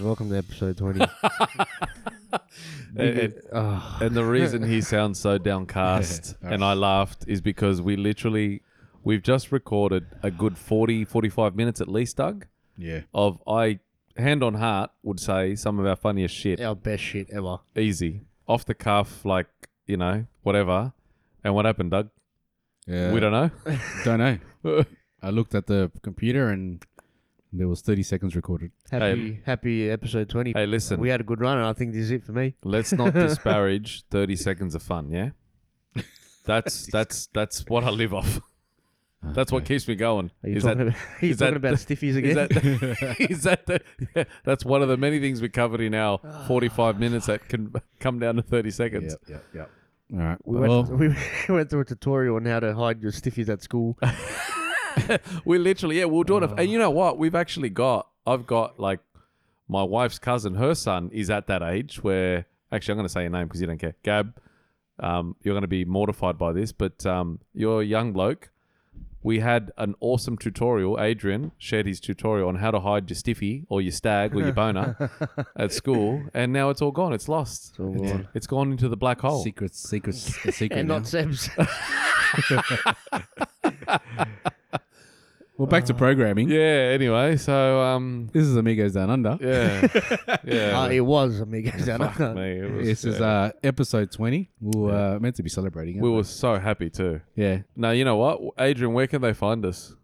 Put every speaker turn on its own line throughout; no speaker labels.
episode 20.
And- and-
Ugh.
and the reason he sounds so downcast and I laughed is because we literally we've just recorded a good 40 45 minutes at least Doug
Yeah.
of I hand on heart would say some of our funniest shit
Our best shit ever.
easy off the cuff like you know whatever and what happened Doug
Yeah.
we don't know
Don't know. I looked at the computer and there was 30 seconds recorded.
Happy, happy episode 20.
hey listen
We had a good run, and I think this is it for me.
let's not disparage 30 seconds of fun yeah that's that's that's what I live off that's what keeps me going
Are you
is that
talking, about, are you
is
talking
that-
about stiffies again?
Is that, is that the, yeah, that's one of the many things we covered in our 45 minutes that can come down to 30 seconds.
yeah, yeah. All right.
we, went,
well,
we went through a tutorial on how to hide your stiffies at school.
We literally, yeah, we'll do it. And you know what? We've actually got, I've got like my wife's cousin, her son is at that age where, actually, I'm going to say your name because you don't care. Gab, um, you're going to be mortified by this, but um, you're a young bloke. We had an awesome tutorial. Adrian shared his tutorial on how to hide your stiffy or your stag or your boner at school, and now it's all gone. It's lost.
So, uh,
It's gone into the black hole.
secrets, secrets, a secret.
and
now.
not Seb's.
well, back to programming.
Uh, Yeah. Anyway, so um,
This is Amigos Down Under.
yeah,
Uh,
yeah.
it was Amigos. I don't know.
Mate, it was-
This is
yeah.
uh, episode 20. We were uh, meant to be celebrating it.
we were so happy too.
yeah.
Now you know what, Adrian. Where can they find us?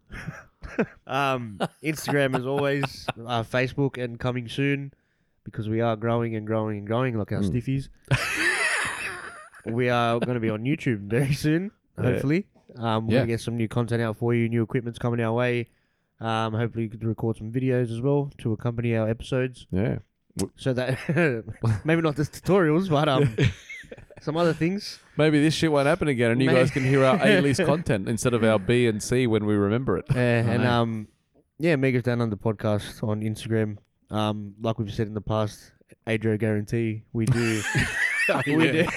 Um, Instagram as always, uh, Facebook, and coming soon because we are growing and growing and growing like our stiffies. we are going to be on YouTube very soon, hopefully. Um, we're
Yeah.
going to get some new content out for you. New equipment's coming our way. Um, hopefully, you could record some videos as well to accompany our episodes.
Yeah.
So that maybe not just tutorials, but um, some other things.
Maybe this shit won't happen again, and you
Mate.
guys can hear our A list content instead of our B and C when we remember it.
Uh, and
know.
um, yeah, Megas Down Under podcast on Instagram. Um, like we've said in the past, Adro guarantee we do. we do.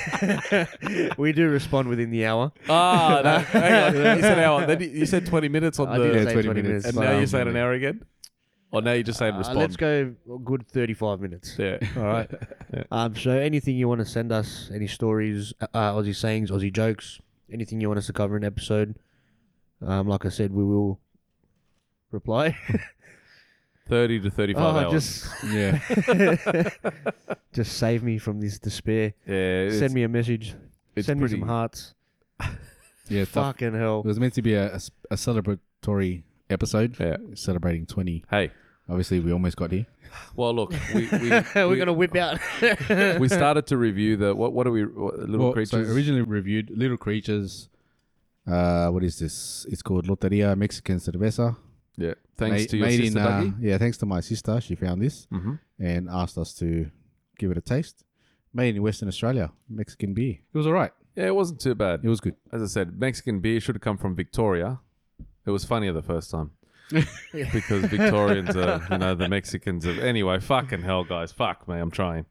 we do respond within the hour.
Ah, no, hang on. You said hour. Then you- you said twenty minutes on
I
the,
did
yeah,
say
20
twenty minutes,
minutes.
and
but,
now
um,
you're saying an hour again, or now you're just saying
uh,
respond.
let's go a good thirty-five minutes.
Yeah. All right.
Um, so anything you want to send us, any stories, uh, uh, Aussie sayings, Aussie jokes, anything you want us to cover in episode, um, like I said, we will reply.
Thirty to thirty-five hours.
Oh, just
Yeah.
just save me from this despair.
yeah. It's,
Send me a message.
it's
Send
pretty,
me some hearts.
Yeah. tough.
Fucking
It
hell.
was meant to be a, a, s- a celebratory episode.
Yeah.
Celebrating 20.
Hey.
Obviously, we almost got here.
Well, look, we we,
We're Oh,
we-
gonna whip out.
we started to review the what what are we what, little
Well,
creatures
So originally reviewed Little Creatures. Uh, what is this? It's called Loteria Mexican Cerveza.
yeah thanks
Ma-
to your
made
sister
in, uh,
Dougie
yeah, thanks to my sister. She found this
Mhm.
and asked us to give it a taste. Made in Western Australia, Mexican beer. It was all right.
yeah it wasn't too bad
It was good.
as I said Mexican beer should have come from Victoria it was funnier the first time because Victorians are you know the Mexicans are anyway fucking hell guys fuck me I'm trying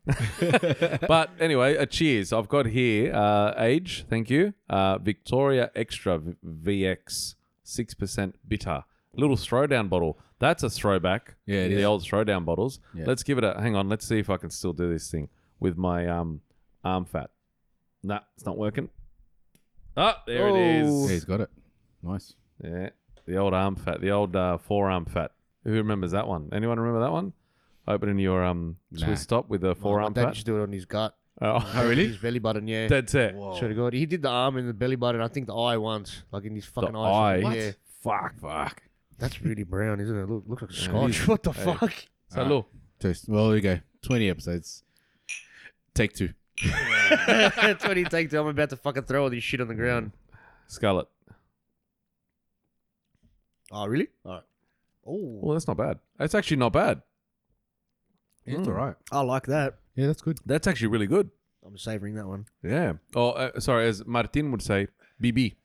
but anyway a cheers I've got here uh, age thank you uh, Victoria Extra V- VX six percent bitter little throwdown bottle that's a throwback
Yeah, it
the
is.
old throwdown bottles.
Yeah.
Let's give it a hang on. Let's see if I can still do this thing with my um arm fat. Nah, it's not working. Ah, there it
Oh.
is.
Yeah, he's got it. Nice.
Yeah, the old arm fat, the old uh, forearm fat. Who remembers that one? Anyone remember that one? Opening your um
Nah.
twist top with a forearm
Dad
fat.
used to do it on his gut.
Oh,
Oh, really?
His belly button, yeah. Oh.
that's it.
Swear to God, he did the arm and the belly button. I think the eye once, like in his fucking
The
eyes.
eye?
Yeah,
Fuck. Fuck.
that's really brown, isn't it? Look, looks like scotch. What the fuck?
So look,
Toast. Well, there you go. 20 episodes. Take two.
That's what he takes. I'm about to fucking throw all this shit on the ground.
Scarlet.
Oh, really? All right. Oh,
Well, that's not bad. That's actually not bad.
It's all right.
I like that.
Mm. Yeah, that's good.
That's actually really good.
I'm savoring that one.
Yeah. Oh, uh, sorry. As Martin would say, BB.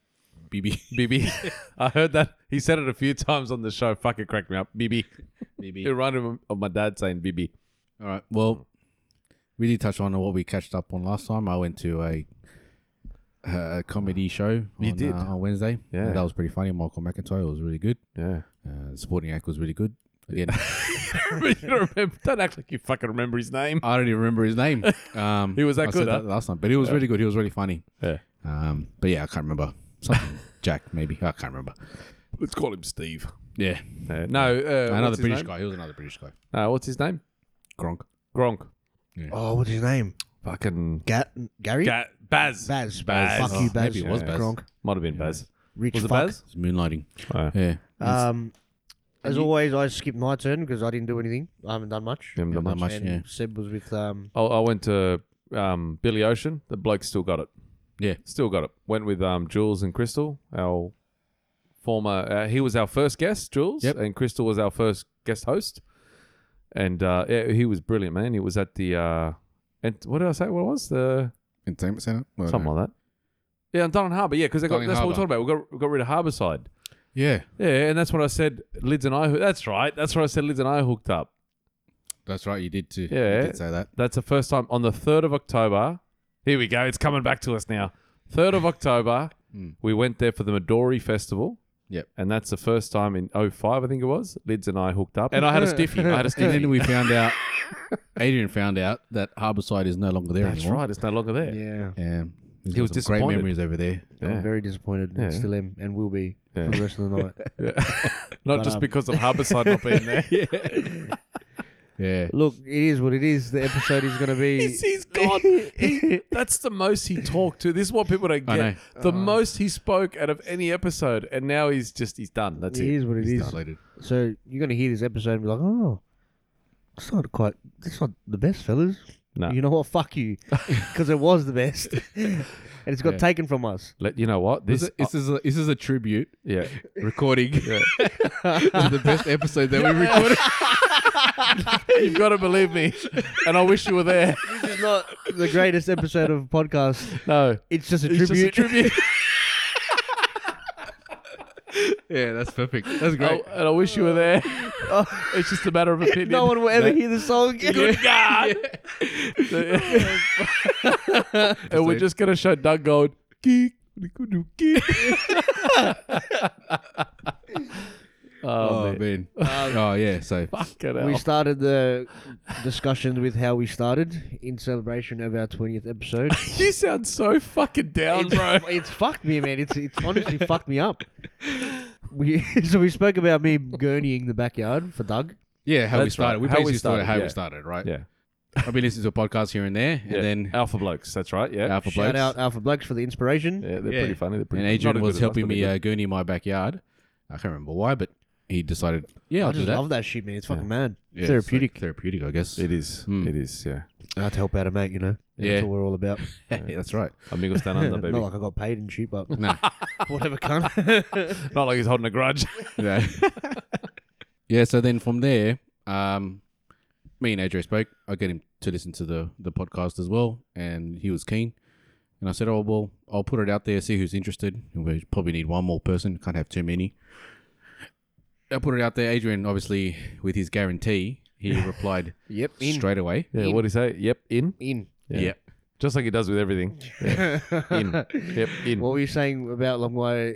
BB.
BB. I heard that. He said it a few times on the show. Fuck, it cracked me up. BB. It
BB.
reminded me of my dad saying BB.
All right. Well, we did touch on what we catched up on last time. I went to a a comedy show
You
on,
did.
uh, on Wednesday.
Yeah.
And that was pretty funny. Michael McIntyre was really good.
Yeah.
Uh, the supporting act was really good. Again,
you don't remember. Don't act like you fucking remember his name.
I don't even remember his name. Um,
He was that
I
good,
said
huh?
that last time, but he was really good. He was really funny.
Yeah.
Um, but yeah, I can't remember. Something Jack, maybe. I can't remember.
Let's call him Steve.
Yeah,
Uh, no, uh,
another
what's his
British
name?
guy. He was another British guy.
No, what's his name?
Gronk.
Gronk.
Oh, what's his name?
Fucking
Gat Gary?
Ga- Baz.
Baz.
Baz.
Fuck you,
Oh,
Baz.
maybe it was Baz.
Gronk.
Might have been Baz.
Rich
Was it
fuck.
Baz?
It's moonlighting.
Oh.
Yeah.
Um, as
you-
always, I skipped my turn because I didn't do anything. I haven't done much.
Haven't done
Not much.
and
yeah.
Seb was with um,
I, I went to um, Billy Ocean. The bloke still got it.
Yeah.
Still got it. Went with um, Jules and Crystal, our former. Uh, he was our first guest, Jules,
Yep.
and Crystal was our first guest host. And uh, yeah, he was brilliant, man. He was at the. Uh, and what did I say? What it was the
Entertainment Center? Well,
something like that? Yeah, and Dunn Harbour. Yeah, because that's
Dunn
what we're talking
Harbour.
about. We got we got rid of Harbourside.
Yeah,
Yeah, and that's what I said. Lids and I. That's right. That's what I said. Lids and I hooked up.
that's right. You did too.
Yeah.
You did say that.
That's the first time on the 3rd of October. Here we go. It's coming back to us now. 3rd of October,
Mm.
we went there for the Midori Festival.
Yep.
And that's the first time in 05, I think it was. Lids and I hooked up. And I had a stiffy. I had a
And
stiffy.
then we found out, Adrian found out that Harbourside is no longer there
that's
anymore.
right. It's no longer there.
yeah.
Yeah. He's
He
got
was
some great
disappointed.
memories over there.
Yeah.
I'm very disappointed. and
Yeah.
Still am, and will be
Yeah.
for the rest of the night.
Not
But,
just
um,
because of Harborside not being there.
Yeah.
Look, it is what it is. The episode is going to be.
He's- he's gone. He- that's the most he talked to. This is what people don't
I
get. The most he spoke out of any episode, and now he's just he's done.
It
That's it.
is what it
He's
is.
dilated.
So you're going to hear this episode and be like, oh, it's not quite. It's not the best, fellas.
No.
You know what? Fuck you, because it was the best, and it's got
Yeah.
taken from us.
Let you know what this.
This, this, is a, this is a tribute
yeah.
recording to the best episode that we recorded.
You've got to believe me. And I wish you were there.
This is not the greatest episode of podcast.
No.
It's just a
It's just a
tribute.
tribute.
yeah, that's perfect. That's
I- and I wish you were there.
Oh.
It's just a matter of opinion.
no one will ever hear the song again.
Good God. and we're just going to show Doug going, geek. we could do geek." oh,
Oh,
man.
man. oh, yeah. So,
Fucking
We
hell.
started the discussion with how we started in celebration of our twentieth episode.
You sound so fucking down, bro.
It's, it's fucked me, man. It's it's honestly fucked me up. We so we spoke about me gurneying the backyard for Doug.
yeah, how we
That's
started.
right.
We
How we
basically started,
started,
how
yeah.
we started, right?
Yeah.
I've been listening to a podcast here and there, and
Yeah.
then
Alpha Blokes. That's right. Yeah.
Alpha
Shout
Blokes.
out Alpha Blokes for the inspiration.
Yeah, they're
Yeah.
pretty funny. They're pretty
And
not
Adrian
as
was
good as us,
helping
but they're
me
good.
uh, gurney my backyard. I can't remember why, but he decided, yeah, I'll
I
do
just
that.
love that shit, man. It's fucking mad.
Yeah, it's like
Therapeutic.
therapeutic, I guess.
It is.
Hmm.
It is. Yeah.
I'd help out a mate, you know.
Yeah.
That's what we're all about.
That's right.
Amigos down under,
Not
baby.
like I got paid and shit, but
No.
whatever cunt.
Not like he's holding a grudge.
No. yeah, so then from there, um, me and Adrian spoke. I get him to listen to the, the podcast as well, and he was keen. And I said, oh, well, I'll put it out there, see who's interested. And we probably need one more person, can't have too many. I put it out there. Adrian, obviously, with his guarantee, he replied
yep, in.
straight away.
Yeah, what do you say? Yep, in.
in.
Yeah. Just like he does with everything. In. Yep, in.
What were you saying about like my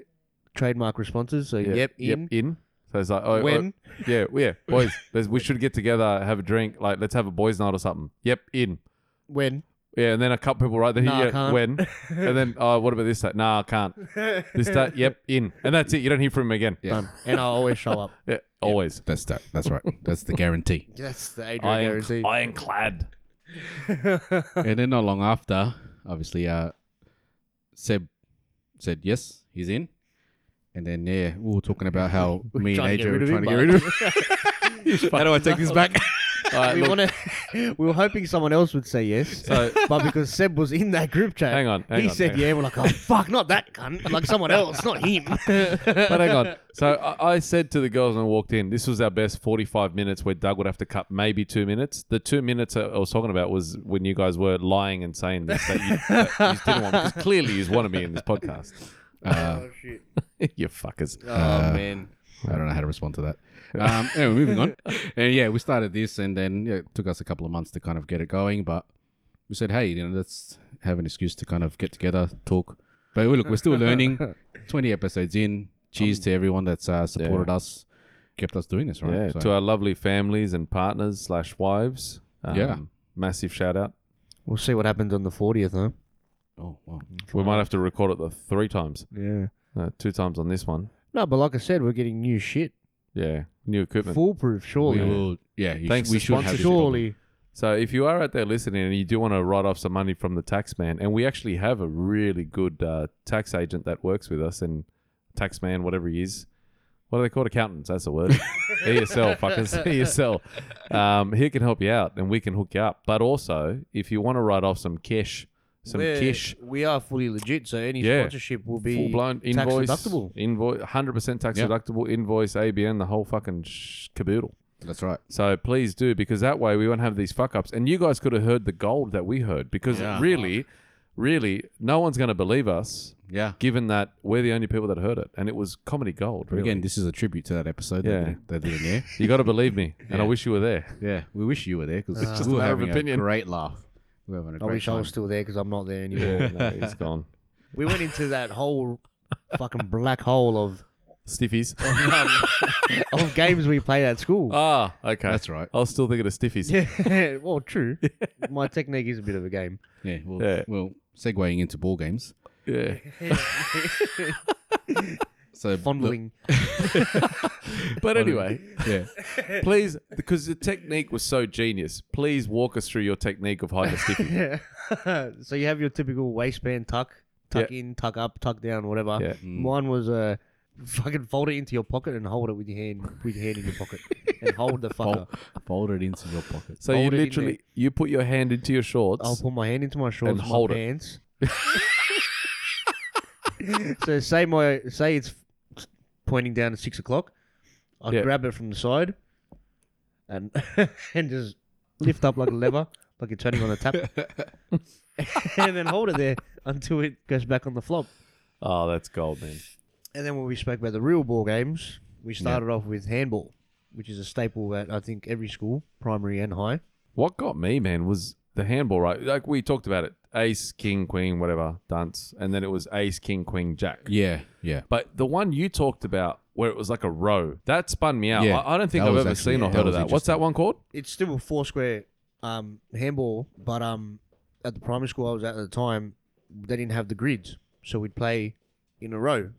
trademark responses? So
Yeah.
yep, in.
Yep, in. So it's like, oh,
When?
oh, yeah, yeah, boys, let's, we should get together, have a drink, like let's have a boys' night or something. Yep, in.
When?
Yeah, and then a couple people right there.
Nah, I
yeah,
can't.
when? And then, oh, what about this? That? Nah, I can't. This that? Yep, in. And that's it. You don't hear from him again.
Yeah.
Done. And I always show up.
Yeah, always.
That's that. That's right. That's the guarantee.
That's the Adrian
Iron,
guarantee.
ironclad.
and then not long after, obviously, uh, Seb said yes, he's in. And then yeah, we were talking about how me and
trying to get
Adrian were
rid
trying
of
to get
him,
rid of. him. how do I take this back?
All right,
we
look,
want to. we were hoping someone else would say yes,
So-
but because Seb was in that group chat,
Hang on, hang
he
on,
said
hang
yeah. We're like, oh fuck, not that cunt, like someone else, not him.
but hang on. So I, I said to the girls when I walked in, this was our best 45 minutes where Doug would have to cut maybe two minutes. The two minutes I I was talking about was when you guys were lying and saying this, that you, that you didn't want because clearly you wanted me in this podcast.
Uh,
shit.
you fuckers.
Oh
Uh,
man.
I don't know how to respond to that. Um, anyway, moving on. And yeah, we started this, and then yeah, it took us a couple of months to kind of get it going. But we said, hey, you know, let's have an excuse to kind of get together, talk. But
Um,
look, we're still learning. Twenty episodes in. Cheers to everyone that's uh, supported us. kept us doing this, right?
Yeah,
So-
to our lovely families and partners slash wives. um,
Yeah.
massive shout out.
We'll see what happens on the 40th, huh?
oh, wow.
We might have to record it the three times,
Yeah.
uh, two times on this one.
No, but like I said, we're getting new shit.
Yeah, new equipment.
Foolproof, surely.
We will, yeah. You
Thanks
sh- we
to
should have this problem.
surely.
So if you are out there listening and you do want to write off some money from the tax man, and we actually have a really good uh, tax agent that works with us and tax man, whatever he is. What are they called? Accountants. That's the word. ESL, fuckers. ESL. Um, he can help you out and we can hook you up. But also, if you want to write off some cash, some
We're-
cash,
We are fully legit, so any
Yeah.
sponsorship will be
full blown
tax
invoice,
deductible.
invoice, 100% tax
Yeah.
deductible, invoice, ABN, the whole fucking sh- caboodle.
That's right.
So please do because that way we won't have these fuck ups. And you guys could have heard the gold that we heard because
Yeah.
really, really, no one's going to believe us
Yeah.
given that we're the only people that heard it. And it was comedy gold,
But
really.
Again, this is a tribute to that episode. Yeah.
Yeah.
That didn't, that didn't air.
you got to believe me. And I
Yeah.
wish you were there.
yeah. We wish you were there because
just
we
a
were
matter of
having
opinion.
a great laugh. We were having a
I
great
wish I
time.
was still there because I'm not there anymore.
no, it's gone.
we went into that whole fucking black hole of
Stiffies.
of games we played at school.
ah, okay.
That's right.
I was still thinking of Stiffies.
yeah, well, true. My technique is a bit of a game.
Yeah. Well,
Yeah.
well, segueing into ball games.
Yeah.
So
Fondling.
But anyway,
yeah.
please, because the technique was so genius, please walk us through your technique of hiding a Stiffy.
Yeah. so you have your typical waistband tuck, tuck in, tuck up, tuck down, whatever.
Yeah.
Mine was uh, fucking fold it into your pocket and hold it with your hand, with your hand in your pocket, and hold the fucker.
Fold, fold it into your pocket.
So
Hold
you
it in
literally, you put your hand into your shorts.
I'll put my hand into my shorts
And
and hold
hold it.
my pants. so say my say it's pointing down at six o'clock. I
Yeah.
grab it from the side and and just lift up like a lever, like you're turning on a tap, and then hold it there until it goes back on the flop.
oh, that's gold, man.
And then when we spoke about the real ball games, we started off with handball, which is a staple at I think every school, primary and high.
What got me, man, was the handball, right? Like we talked about it. Ace, king, queen, whatever, dunce. And then it was ace, king, queen, jack.
Yeah. Yeah.
But the one you talked about where it was like a row, that spun me out.
Yeah,
I, I don't think
that
I've
was
ever
actually-
seen or
that
heard of
was
that. What's that
interesting.
one called?
it's still a four square um, handball, but um, at the primary school I was at at the time, they didn't have the grids, so we'd play in a row,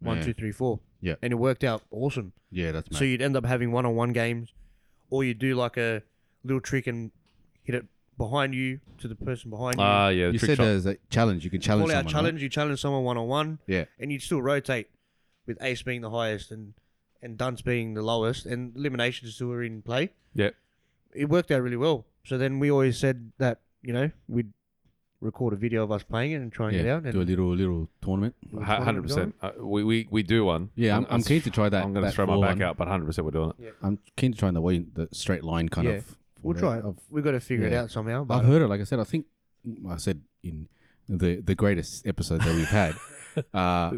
one,
Yeah.
two, three, four,
Yeah.
and it worked out awesome.
Yeah. That's
So you'd end up having one on one games, or you do like a little trick and hit it behind you to the person behind you.
Ah, yeah. The
Mm. you
trick
said
shot.
there's a challenge. You can Uh, challenge
Call out
someone. right?
challenge, you challenge someone one on one,
Yeah.
and you'd still rotate with ace being the highest and and dunce being the lowest, and eliminations still were in play
yeah.
it worked out really well. So then we always said that you know we'd record a video of us playing it and trying it
Yeah.
out. And
Do a little little tournament.
we'll try it
Hundred percent. Uh,
going.
We, we we do one.
Yeah. I'm,
And
I'm keen to try that.
I'm going to
that
throw my
floor
back
one.
out, but hundred percent we're doing it.
I'm keen to try the way the straight line kind
Yeah.
of.
We'll
format.
try it.
I've,
We've got to figure it
yeah.
out somehow. But
I've heard it. Like I said, I think I said in the the greatest episode that we've had. uh,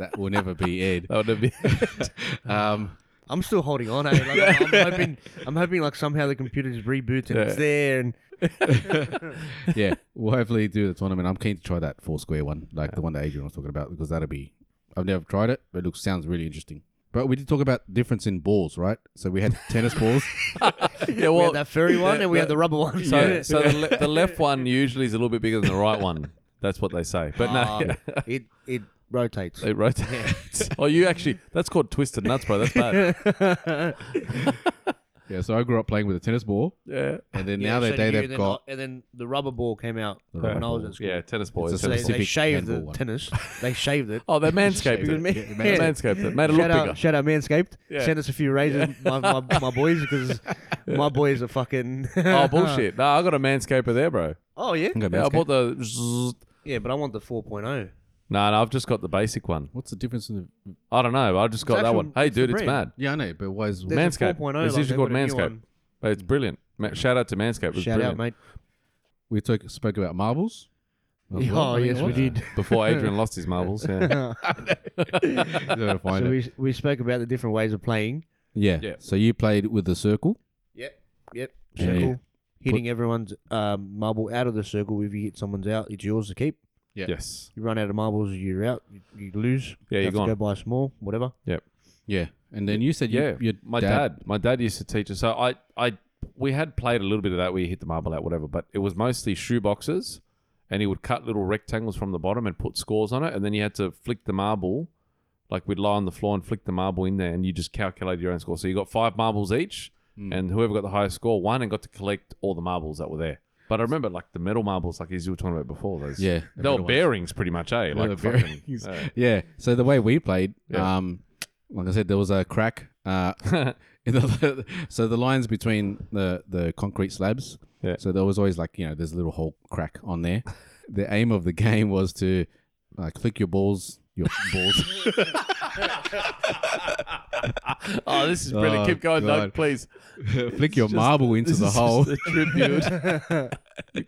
that will never be aired.
That would be
Um,
I'm still holding on. Eh? Like, I'm, I'm hoping. I'm hoping like somehow the computer just reboots and
Yeah.
it's there. And
yeah, we'll hopefully do the tournament. I'm keen to try that four square one, like the one that Adrian was talking about, because that'll be. I've never tried it, but it looks sounds really interesting. But we did talk about difference in balls, right? So we had tennis balls.
yeah.
we
Well,
had that fairy one and we had
the-
the rubber one.
so so the, le- the left one usually is a little bit bigger than the right one. That's what they say. But no,
Ah.
Um, it it rotates.
It rotates. oh, you actually, that's called twisted nuts, bro. That's bad.
Yeah, so I grew up playing with a tennis ball,
yeah.
and then
Yeah,
now
so
that day
you
they've
then-
got
and then the rubber ball came out
The
when
rubber
I was
ball.
at school.
Yeah, tennis boys.
It's a
So they,
tennis-
they
specific
shaved the
handball one.
tennis. They shaved it.
Oh, they manscaped
Shaved
it.
it.
Yeah,
Yeah,
Manscaped it. Made it look
shout
bigger.
out, shout out Manscaped.
Yeah.
Send us a few razors, my, my, my boys, because my boys are fucking.
Oh, bullshit. No, I got a manscaper there, bro.
oh yeah,
Okay,
Yeah, I
Manscaped.
bought the. zzz.
yeah, but I want the oh. 4.0.
No, no, I've just got the basic one.
What's the difference in the?
I don't know. I just got that
actual-
one. Hey,
it's the
dude, it's mad.
brand.
Yeah, I know, but why is
There's a 4.0.
Manscaped. It's
like,
usually
they've got a
called
new
Manscaped.
one.
But It's brilliant. Ma- Shout out to Manscaped. It was
Shout
brilliant.
out, mate.
we took spoke about marbles? as
Yeah,
well, I
oh,
think it
yes, we
was.
did.
Before Adrian lost his marbles. Yeah.
Gotta find
so
it.
we, we spoke about the different ways of playing.
yeah.
Yeah.
So you played with the circle.
Yep. Yep.
Yeah.
Circle. Hitting everyone's um, marble out of the circle. If you hit someone's out, it's yours to keep.
yes.
You run out of marbles, you're out. You, you lose.
Yeah, you're
have to
gone.
go buy some more, whatever.
Yeah. And then you said you,
yeah,
your
my dad. my dad used to teach us. So I, I, we had played a little bit of that. where you hit the marble out, whatever. But it was mostly shoe boxes, and he would cut little rectangles from the bottom and put scores on it, and then you had to flick the marble. Like we'd lie on the floor and flick the marble in there, and you just calculated your own score. So you got five marbles each,
Hmm.
and whoever got the highest score won and got to collect all the marbles that were there. But I remember like the metal marbles, like as you were talking about before. Those
Yeah, the
they
metal
were
ones.
bearings, pretty much, eh?
the
Like fucking,
bearings.
uh,
Yeah. So the way we played,
Yeah.
um, like I said, there was a crack. Uh, in the, so the lines between the the concrete slabs.
Yeah.
So there was always like you know there's a little hole crack on there. The aim of the game was to uh, click your balls, your balls.
oh, this is brilliant.
Oh,
Keep going, Doug,
God.
please.
flick your marble into the hole. Oh,
the tribute.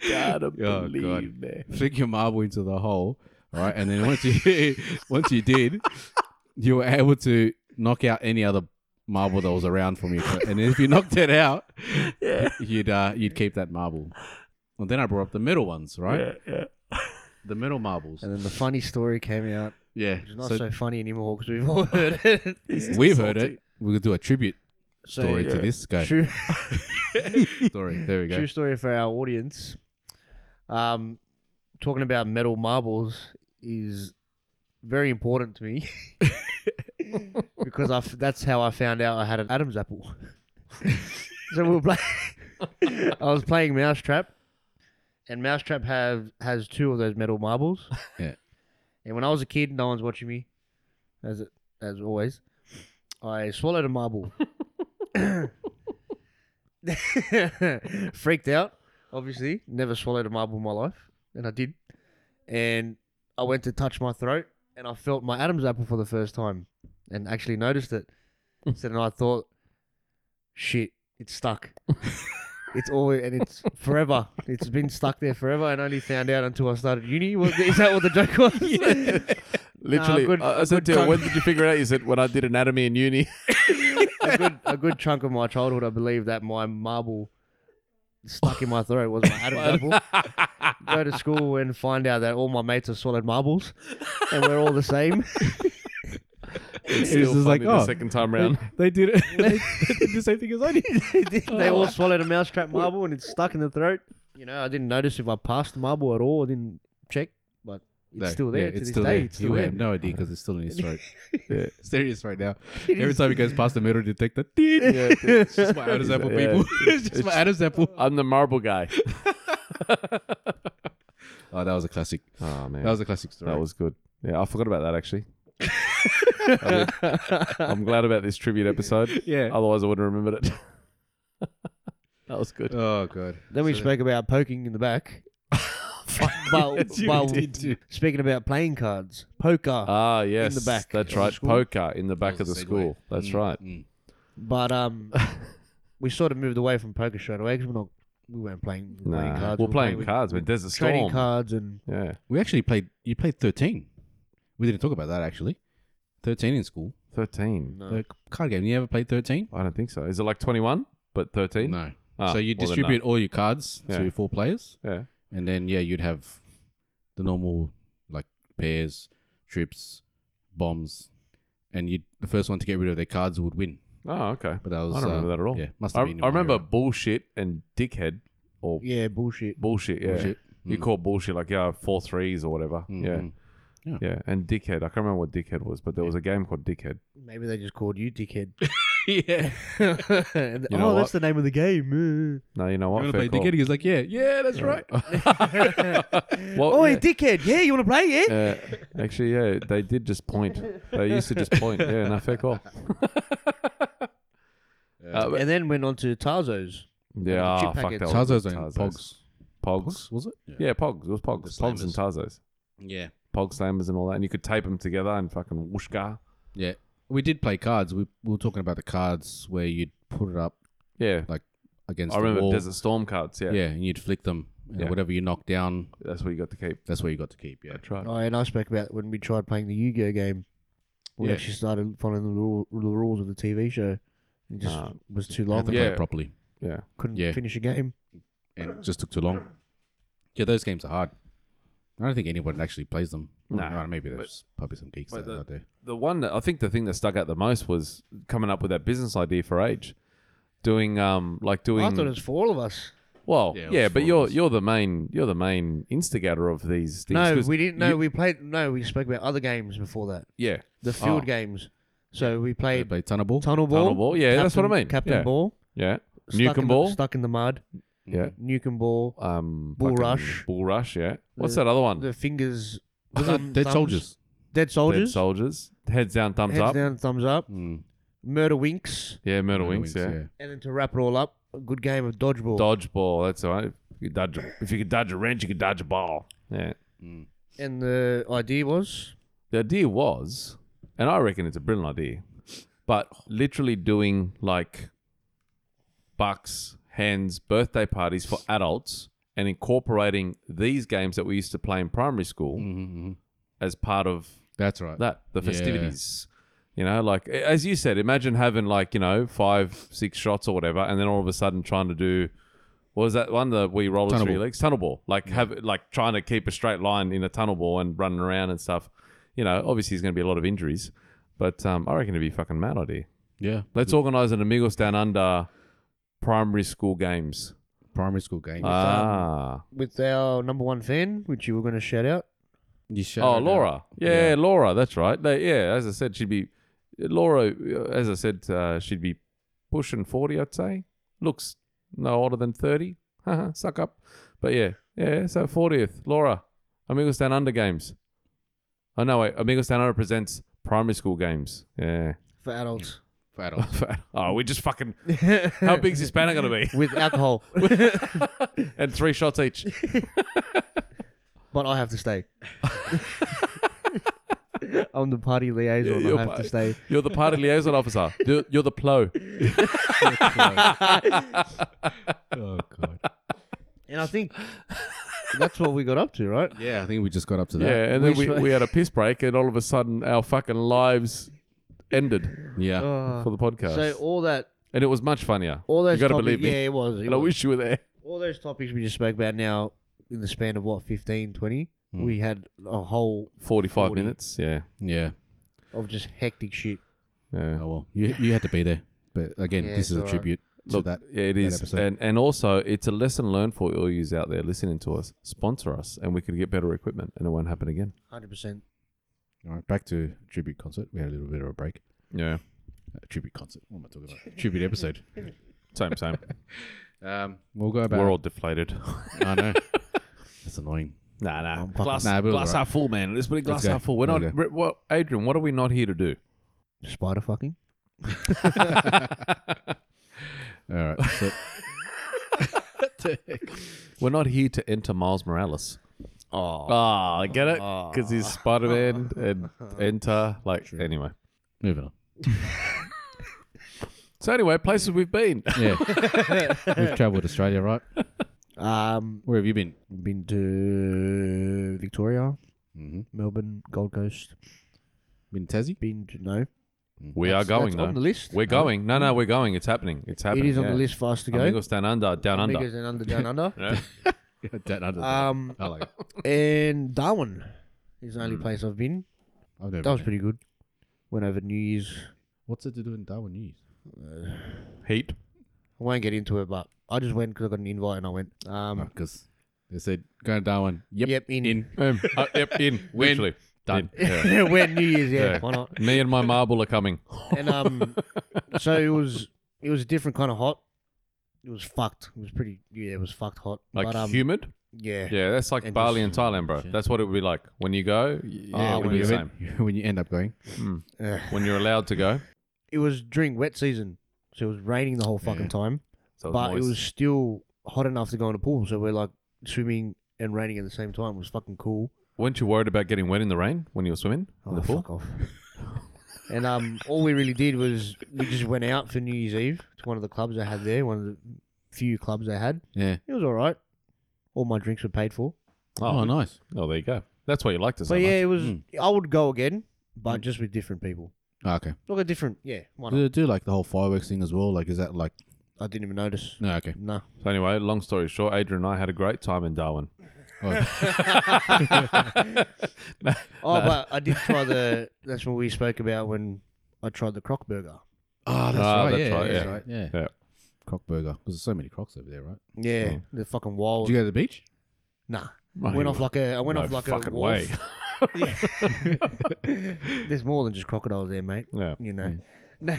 you gotta
God.
believe, man.
flick your marble into the hole, all right? And then once you once you did, you were able to knock out any other marble that was around from you. And if you knocked it out, you'd uh, you'd keep that marble. And then I brought up the metal ones, right? The metal marbles.
And then the funny story came out.
Yeah.
It's not so,
So
funny anymore because we've all heard it.
we've heard it. We'll do a tribute
So,
story to
yeah.
this guy.
True,
Story. There we go.
true story for our audience. Um, talking about metal marbles is very important to me because I f- that's how I found out I had an Adam's apple. so we were playing. I was playing Mousetrap, and Mousetrap have has two of those metal marbles.
Yeah.
And when I was a kid, no one's watching me, as it, as always. I swallowed a marble. Freaked out, obviously. Never swallowed a marble in my life, and I did. And I went to touch my throat, and I felt my Adam's apple for the first time, and actually noticed it. so then I thought, shit, it's stuck. it's always and it's forever. It's been stuck there forever, and only found out until I started uni. What, is that what the joke was?
Literally,
Nah, good-
I, I said
good
to her,
tongue.
when did you figure it out? You said, when I did anatomy in uni.
a good a good chunk of my childhood, I believe that my marble stuck in my throat was my Adam's apple. Go to school and find out that all my mates have swallowed marbles, and we're all the same.
It's
was
still
just like,
funny the
oh.
second time round.
They did it. they, did the same thing as I did.
they all swallowed a mousetrap marble, and it's stuck in the throat. You know, I didn't notice if I passed the marble at all. I didn't check, but it's still there to this day. It's
You
still there.
have no idea because it's still in his throat.
Yeah.
Serious right now.
It
Every
is-
time he goes past the metal detector,
it's
it's just my Adam's apple,
Yeah.
people. it's just my
It's-
Adam's apple.
I'm the marble guy.
Oh, that was a classic.
Oh, man.
That was a classic story.
That was good. Yeah, I forgot about that, actually. I did. I'm glad about this tribute episode.
yeah.
Otherwise, I wouldn't have remembered it. that was good.
Oh god.
Then we spoke about poking in the back. but, but speaking about playing cards, poker.
Ah, yes.
back
That's
of
right.
school.
Poker in the back
was
of the
a segue.
school. That's
Mm,
right.
mm.
But um, we sort of moved away from poker straight away because we're not we weren't playing, we were playing
Nah.
cards.
We're
we were
playing
with
cards, man. There's a
trading
storm.
cards and
Yeah.
We actually played. You played thirteen. We didn't talk about that actually. Thirteen in school.
13.
The card game. You ever played thirteen?
I don't think so. Is it like 21 but 13?
No.
Ah,
so you
well then
distribute all your cards
Yeah.
to four players,
no. Yeah.
and then yeah, you'd have the normal like pairs, trips, bombs, and you the first one to get rid of their cards would win.
Oh, okay.
But that was
I don't remember
uh,
that at all.
Yeah, must
I,
have been.
I remember bullshit and dickhead or
yeah, bullshit.
bullshit. Yeah.
Bullshit.
You
Mm.
call bullshit like, yeah, four threes or whatever.
Mhm.
Yeah. Yeah. And dickhead. I can't remember what dickhead was, but there was a game called dickhead.
Maybe they just called you dickhead.
yeah. Mm-hmm.
And,
You
oh,
know
that's the name of the game.
No, you know
You
what?
want to
Fair
play
call.
dickhead? He's like, yeah, yeah, that's right.
Well,
oh,
yeah.
hey, dickhead. Yeah, you want to play? Yeah.
Uh, actually, yeah, they did just point. They used to just point. Yeah, no, fair call. Uh, but-
and then went on to Tarzos.
yeah,
chip
ah, fuck that.
packets.
was-
Tazos and
Tazos.
Pogs.
Pogs.
was it?
Yeah, Pogs. It was Pogs.
The
Pogs and Tazos.
Yeah.
Pog slammers and all that. And you could tape them together and fucking whooshka.
Yeah. We did play cards. We, we were talking about the cards where you'd put it up
Yeah.
against
I
the
remember
wall.
Desert Storm cards. Yeah.
yeah. and you'd flick them. And
Yeah.
whatever you knock down,
That's what you got to keep.
that's what you got to keep. Yeah.
That's right.
Oh, and I spoke about when we tried playing the Yu-Gi-Oh game. We
Yeah.
actually started following the, rule, the rules of the TV show. It just
Ah.
was too
You had
long.
to
and
play
Yeah.
it properly.
Yeah.
Couldn't
yeah.
finish a game.
And it just took too long. Yeah, those games are hard. I don't think anyone actually plays them.
Nah.
I don't know, maybe there's probably some geeks
but
that are
the-
out there.
The one that I think the thing that stuck out the most was coming up with that business idea for age, doing um like doing
I thought it was for all of us.
well
Yeah,
yeah,
it was
but
for
you're
us.
you're the main you're the main instigator of these things.
No,
'cause
we didn't. No,
you-
we played. No, we spoke about other games before that.
yeah
The field
Oh.
games. So we
They
played
play tunnel ball.
tunnel ball.
Tunnel ball, yeah, that's what I
Captain-
mean,
Captain
yeah.
ball.
yeah
stuck
nuke
in
and
the-
ball
stuck in the mud.
yeah
Nuke and ball.
um
Bull
fucking
rush.
bull rush yeah what's
The-
that other one
The fingers.
Was
thumb-
it dead
thumbs-
soldiers?
Dead
Dead
soldiers.
soldiers heads down thumbs
Heads
up
down, thumbs up.
Mm.
Murder winks.
yeah murder,
Murder
wings, yeah.
And then to wrap it all up, a good game of dodgeball.
dodgeball that's all right if you, could dodge a, if you could dodge a wrench you could dodge a ball yeah
Mm.
and the idea was
the idea was, and I reckon it's a brilliant idea, but literally doing like Bucks, Hands, birthday parties for adults and incorporating these games that we used to play in primary school
Mm-hmm.
as part of
That's right.
that, the
Yeah.
festivities. You know, like as you said, imagine having like, you know, five, six shots or whatever, and then all of a sudden trying to do what was that one that we rolled
Tunnel
three
ball.
legs? Tunnel ball. Like have like trying to keep a straight line in a tunnel ball and running around and stuff. You know, obviously there's gonna be a lot of injuries. But um, I reckon it'd be a fucking mad idea.
Yeah.
Let's organise an Amigos Down Under primary school games.
Primary school game.
Ah.
with our number one fan, which you were going to shout out.
you shout
Oh,
it out.
Laura. Yeah,
Yeah.
Laura. That's right. They, yeah, as I said, she'd be Laura. uh, As I said, uh, she'd be pushing forty. I'd say looks no older than thirty. Haha, Suck up. But yeah, yeah. So fortieth, Laura. Amigos Down Under games. Oh no, wait. Amigos Down Under presents primary school games. Yeah.
For adults,
For adults.
oh, we just fucking. How big's this banner gonna be?
with alcohol,
and three shots each.
but I have to stay. I'm the party liaison.
You're
I have
party-
to stay.
You're the party liaison officer. You're, you're the plo.
oh god.
And I think that's what we got up to, right?
Yeah, I think we just got up to that.
Yeah, and then
We
we,
sw-
we had a piss break, and all of a sudden our fucking lives ended
Yeah. Yeah.
Uh,
for the podcast.
so all that,
and it was much funnier.
all those
you gotta
topics,
believe me.
yeah, it was. it
and I
was.
wish you were there.
all those topics we just spoke about now in the span of what 15, 20,
Hmm.
we had a whole
45
40.
minutes. Yeah.
of just hectic shit.
Yeah.
Oh well. You you had to be there. But again,
Yeah,
this
it's
is a
alright.
tribute to
Look,
that.
yeah, it is.
episode.
And, and also, it's a lesson learned for all yous out there listening to us. Sponsor us, and we could get better equipment, and it won't happen again.
Hundred percent.
All right, back to tribute concert. We had a little bit of a break.
Yeah.
Uh, tribute concert. What am I talking about? tribute episode.
Same, same.
Um, we'll go about.
We're all deflated.
I know. That's annoying.
nah, nah.
fucking-
Glass,
Nah, but it was
glass
alright.
half full, man. Let's put it glass
go.
half full. We're
Let's
not. re- Well, Adrian, what are we not here to do?
Spider fucking.
All right. So,
We're not here to enter Miles Morales.
Oh.
Ah, I get it because he's Spider Man and Enter. Like anyway.
moving on.
So anyway, places we've been.
Yeah. We've travelled Australia, right?
Um,
Where have you been?
been to Victoria,
Mm-hmm.
Melbourne, Gold Coast.
Been to Tassie?
Been to no.
We are
That's-
going
that's
though.
On the list.
We're going. No, no, we're going. It's happening. It's happening.
It is on
yeah.
the list for us to go.
Amigos down under, down
Amigos and under down under.
under. Yeah.
Down under.
Um,
I like it.
and Darwin is the only
Hmm.
place I've been.
I've never
That was
been.
pretty good. Went over New Year's.
What's it to do in Darwin News?
Heat.
I won't get into it, but I just went because I got an invite and I went. Um,
Because they said go to Darwin.
yep,
Oh, Yep.
in.
Um, uh, yep, in. Literally.
Done.
In. Yeah.
we're New Year's, yeah.
Yeah.
Why not?
Me and my marble are coming.
And um, so it was it was a different kind of hot. It was fucked. It was pretty. Yeah, it was fucked hot.
Like
but, um,
humid.
yeah.
Yeah, that's like
and
Bali
just-
in Thailand, bro. That's what it would be like when you go. y- Yeah,
Ah,
it'll
when
be
you
the same.
when you end up going.
Mm.
Ugh.
When you're allowed to go.
It was during wet season, so it was raining the whole fucking
Yeah.
time.
So it's
but
moist.
it was still hot enough to go in the pool. So we're like swimming and raining at the same time. It was fucking cool.
Weren't you worried about getting wet in the rain when you were swimming in
Oh,
the pool?
fuck off. and um, all we really did was we just went out for New Year's Eve to one of the clubs they had there, one of the few clubs they had.
Yeah.
It was all right. All my drinks were paid for.
Oh, nice.
Oh, there you go. That's why you liked it so
But yeah,
much.
it was.
Mm.
I would go again, but just with different people.
Ah, okay.
Look at different. Yeah, why
Do
not?
they do like the whole fireworks thing as well? Like, is that like?
I didn't even notice.
No, okay.
No,
So anyway, long story short, Adrian and I had a great time in Darwin.
oh,
Oh, but I did try the. That's what we spoke about when I tried the croc burger.
Oh, that's
Ah,
right.
that's
yeah,
right,
yeah,
yeah.
right. Yeah.
Yeah.
Croc burger. Because there's so many crocs over there, right?
Yeah, the fucking
Did
wild.
you go to the beach?
nah,
No,
went
Oh, you-
off like a. I went
no
off like
fucking
a
way.
wharf. There's more than just crocodiles there, mate.
yeah.
You know.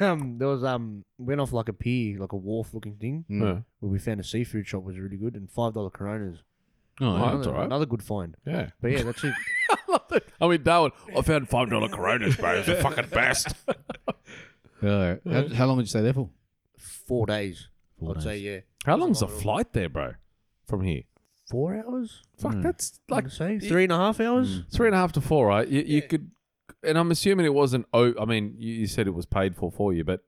um, there was um went off like a pier, like a wharf looking thing,
Yeah.
where we found a seafood shop was really good and five dollar coronas.
Oh,
Right.
yeah.
that's
another,
alright.
another good find.
Yeah.
But yeah, that's it.
I mean, Darwin, I found five dollar Coronas, bro. It's the fucking best.
Alright. How, how long did you stay there for?
Four days.
Four
I'd
days.
say yeah.
How long's the flight there, bro? From here?
Four hours?
Fuck,
Mm.
that's
Like
like
say Mm. three and a half hours?
three and a half to four, right? You, you could, and I'm assuming it wasn't. Oh, I mean, you, you said it was paid for for you, but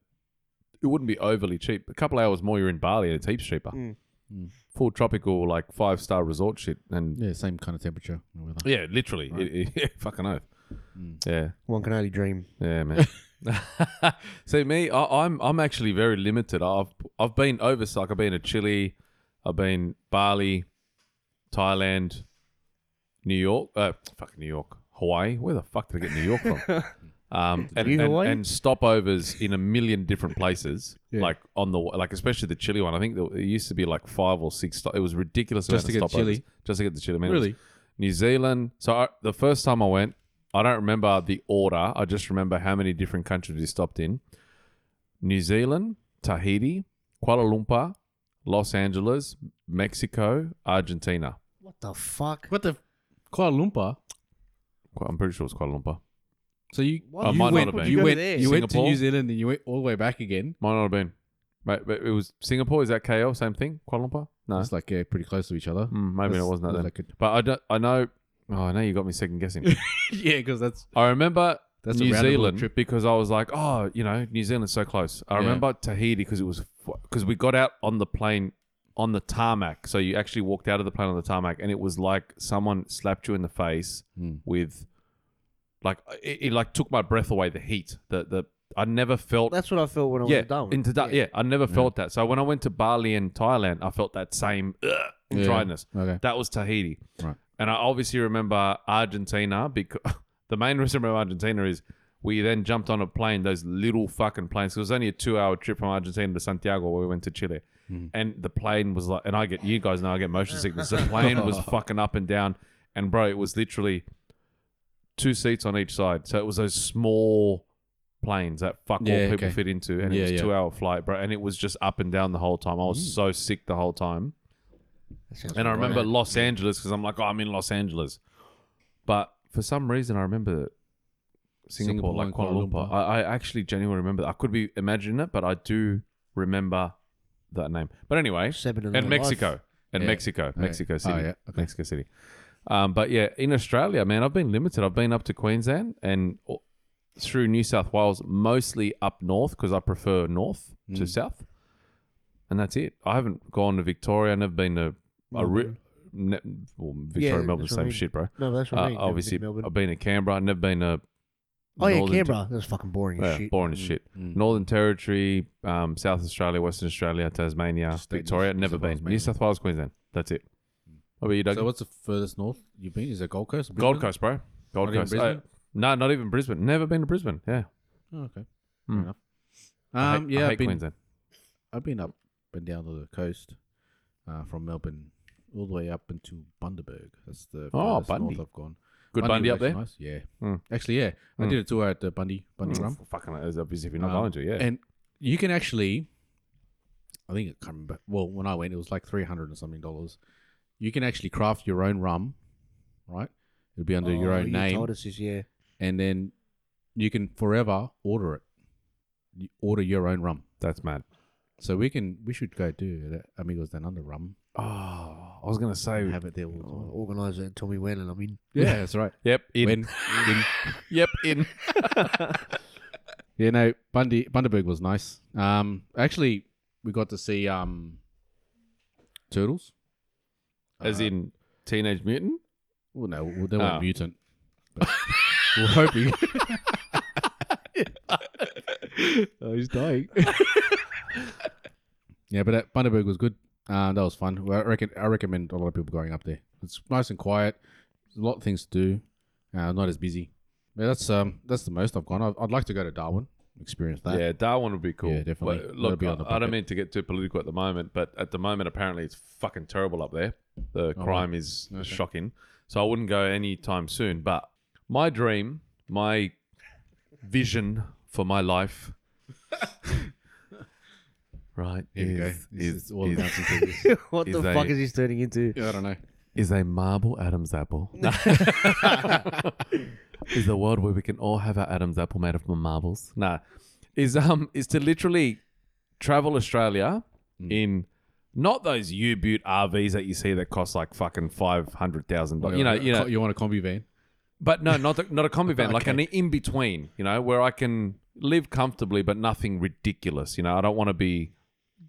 it wouldn't be overly cheap. A couple hours more, you're in Bali, and it's heaps cheaper.
Mm.
Mm.
Full tropical, like five star resort shit, and
Yeah, same kind of temperature. and weather.
yeah, literally, It- it- fucking oath.
Mm.
Yeah,
One can only dream.
yeah, man. See me, I, I'm I'm actually very limited. I've I've been over, like I've been to Chile, I've been Bali, Thailand, New York, uh, fucking New York, Hawaii. Where the fuck did I get New York from? Um, and,
you
and,
Hawaii?
and stopovers in a million different places,
Yeah.
like on the like especially the Chile one. I think there, it used to be like five or six. Sto- it was ridiculous
Just
amount of
to get
stopovers.
Chile?
just to get to Chile. Man, It was
Really?
New Zealand. So I, the first time I went, I don't remember the order. I just remember how many different countries we stopped in. New Zealand, Tahiti, Kuala Lumpur, Los Angeles, Mexico, Argentina.
What the fuck?
What the? Kuala Lumpur.
Qu- I'm pretty sure it's Kuala Lumpur.
So you,
What?
I
you
might not
went,
have been.
you
Go
went,
there.
you went to
Singapore?
New Zealand and you went all the way back again.
Might not have been. But, but it was Singapore. Is that KL? Same thing? Kuala Lumpur? No.
It's like yeah, pretty close to each other.
Mm, maybe it
That's-
wasn't that then.
that's like
but I, don't, I know. Oh, I know you got me second guessing.
a- yeah, because that's
I remember
That's a
New
roundabout
Zealand
trip.
because I was like, oh, you know, New Zealand's so close. I
Yeah.
remember Tahiti because it was because we got out on the plane on the tarmac. So you actually walked out of the plane on the tarmac, and it was like someone slapped you in the face
Mm.
with, like, it, it like took my breath away. The heat, the the I never felt
That's what I felt when I was
yeah
done.
into that yeah. I never felt that. So when I went to Bali and Thailand, I felt that same ugh,
Yeah.
dryness.
okay.
That was Tahiti.
Right.
And I obviously remember Argentina because the main reason I remember Argentina is we then jumped on a plane, those little fucking planes. It was only a two hour trip from Argentina to Santiago where we went to Chile.
Hmm.
And the plane was like, and I get, you guys know I get motion sickness. The plane was fucking up and down. And bro, it was literally two seats on each side. So it was those small planes that fuck all
Yeah,
people
okay.
fit into. And
Yeah,
it was
yeah. Hmm.
two hour flight, bro. And it was just up and down the whole time. I was so sick the whole time.
That sounds
And I
right.
remember Los Angeles because I'm like, oh, I'm in Los Angeles. But for some reason, I remember Singapore,
Singapore
like
and
Kuala
Kuala
Lumpur.
Lumpur.
I, I actually genuinely remember that. I could be imagining it, but I do remember that name. But anyway,
Seven
and Mexico. And
Oh,
Yeah.
Mexico, Mexico City,
yeah, okay.
Mexico City. Um, but yeah, in Australia, man, I've been limited. I've been up to Queensland and o- through New South Wales, mostly up north because I prefer north
Mm.
to south, and that's it. I haven't gone to Victoria. Never been to a re- ne- well, Victoria,
Yeah,
Melbourne's
that's what I
same
mean.
shit, bro.
No, that's what
Uh,
I mean. Never
obviously,
been to Melbourne.
I've been to Canberra. Never been to.
Oh yeah,
Northern
Canberra. That's fucking boring as
yeah,
shit.
boring as shit.
Mm.
Northern Territory, um, South Australia, Western Australia, Tasmania,
Just like
Victoria.
New
Never
South Wales
been.
mainly.
New South Wales, Queensland. That's it. What about you, Doug?
So what's the furthest north you've been? Is it Gold Coast? Brisbane?
Gold Coast, bro. Gold
Not even
Coast. Uh,
Brisbane?
no, not even Brisbane. Never been to Brisbane. Yeah.
Oh, okay.
Mm.
Fair enough.
I hate-
Um,
I
yeah,
hate
I've been
Queensland.
I've been up and down to the coast uh, from Melbourne all the way up into Bundaberg. That's the
Oh,
furthest north
Bundy.
I've gone.
Good Bundy
was
up there.
actually Nice. Yeah.
Mm.
Actually, yeah. I
Mm.
did a tour at the Bundy Bundy Rum.
Mm, fucking, it's obvious if you're not
Um,
going to, yeah.
And you can actually, I think I can't remember. Well, when I went, it was like three hundred and something dollars. You can actually craft your own rum, right? It'll be under your
Oh,
own
you
name,
told us this, yeah.
and then you can forever order it. You order your own rum.
That's mad.
So we can we should go do it at Amigos Down Under rum.
Oh, I was gonna
and
say.
Have it there all the
Oh,
time.
organise it and tell me when, and I'm in.
Yeah, that's right.
Yep, in.
When, when-
Yep, in.
yeah, no, Bundy Bundaberg was nice. Um, actually, we got to see um, turtles.
As
Uh,
in Teenage Mutant.
Well, no, well, they weren't
Oh.
mutant. But we're hoping. oh, he's dying. yeah, but that Bundaberg was good. Uh, that was fun. Well, I reckon I recommend a lot of people going up there. It's nice and quiet. There's a lot of things to do. Uh, not as busy. But that's um that's the most I've gone. i I'd like to go to Darwin, experience that.
Yeah, Darwin would be cool.
Yeah, definitely.
But
That'll
look,
be on the
I, I don't
bucket.
mean to get too political at the moment, but at the moment, apparently, it's fucking terrible up there. The
Oh, wow.
crime is
Okay.
shocking. So I wouldn't go anytime soon. But my dream, my vision for my life, right,
Here we go.
is,
This
is,
is all
is,
announcing figures.
what
Is
the
they-
fuck is this turning into?
yeah, I don't know.
is a marble Adam's apple. is a world where we can all have our Adam's apple made of marbles. Nah. Is um is to literally travel Australia in not those U boot RVs that you see that cost like fucking five hundred thousand dollars. You know, you know
you want a combi van?
but no, not the, not a combi van, like
Okay.
an in between, you know, where I can live comfortably but nothing ridiculous. You know, I don't want to be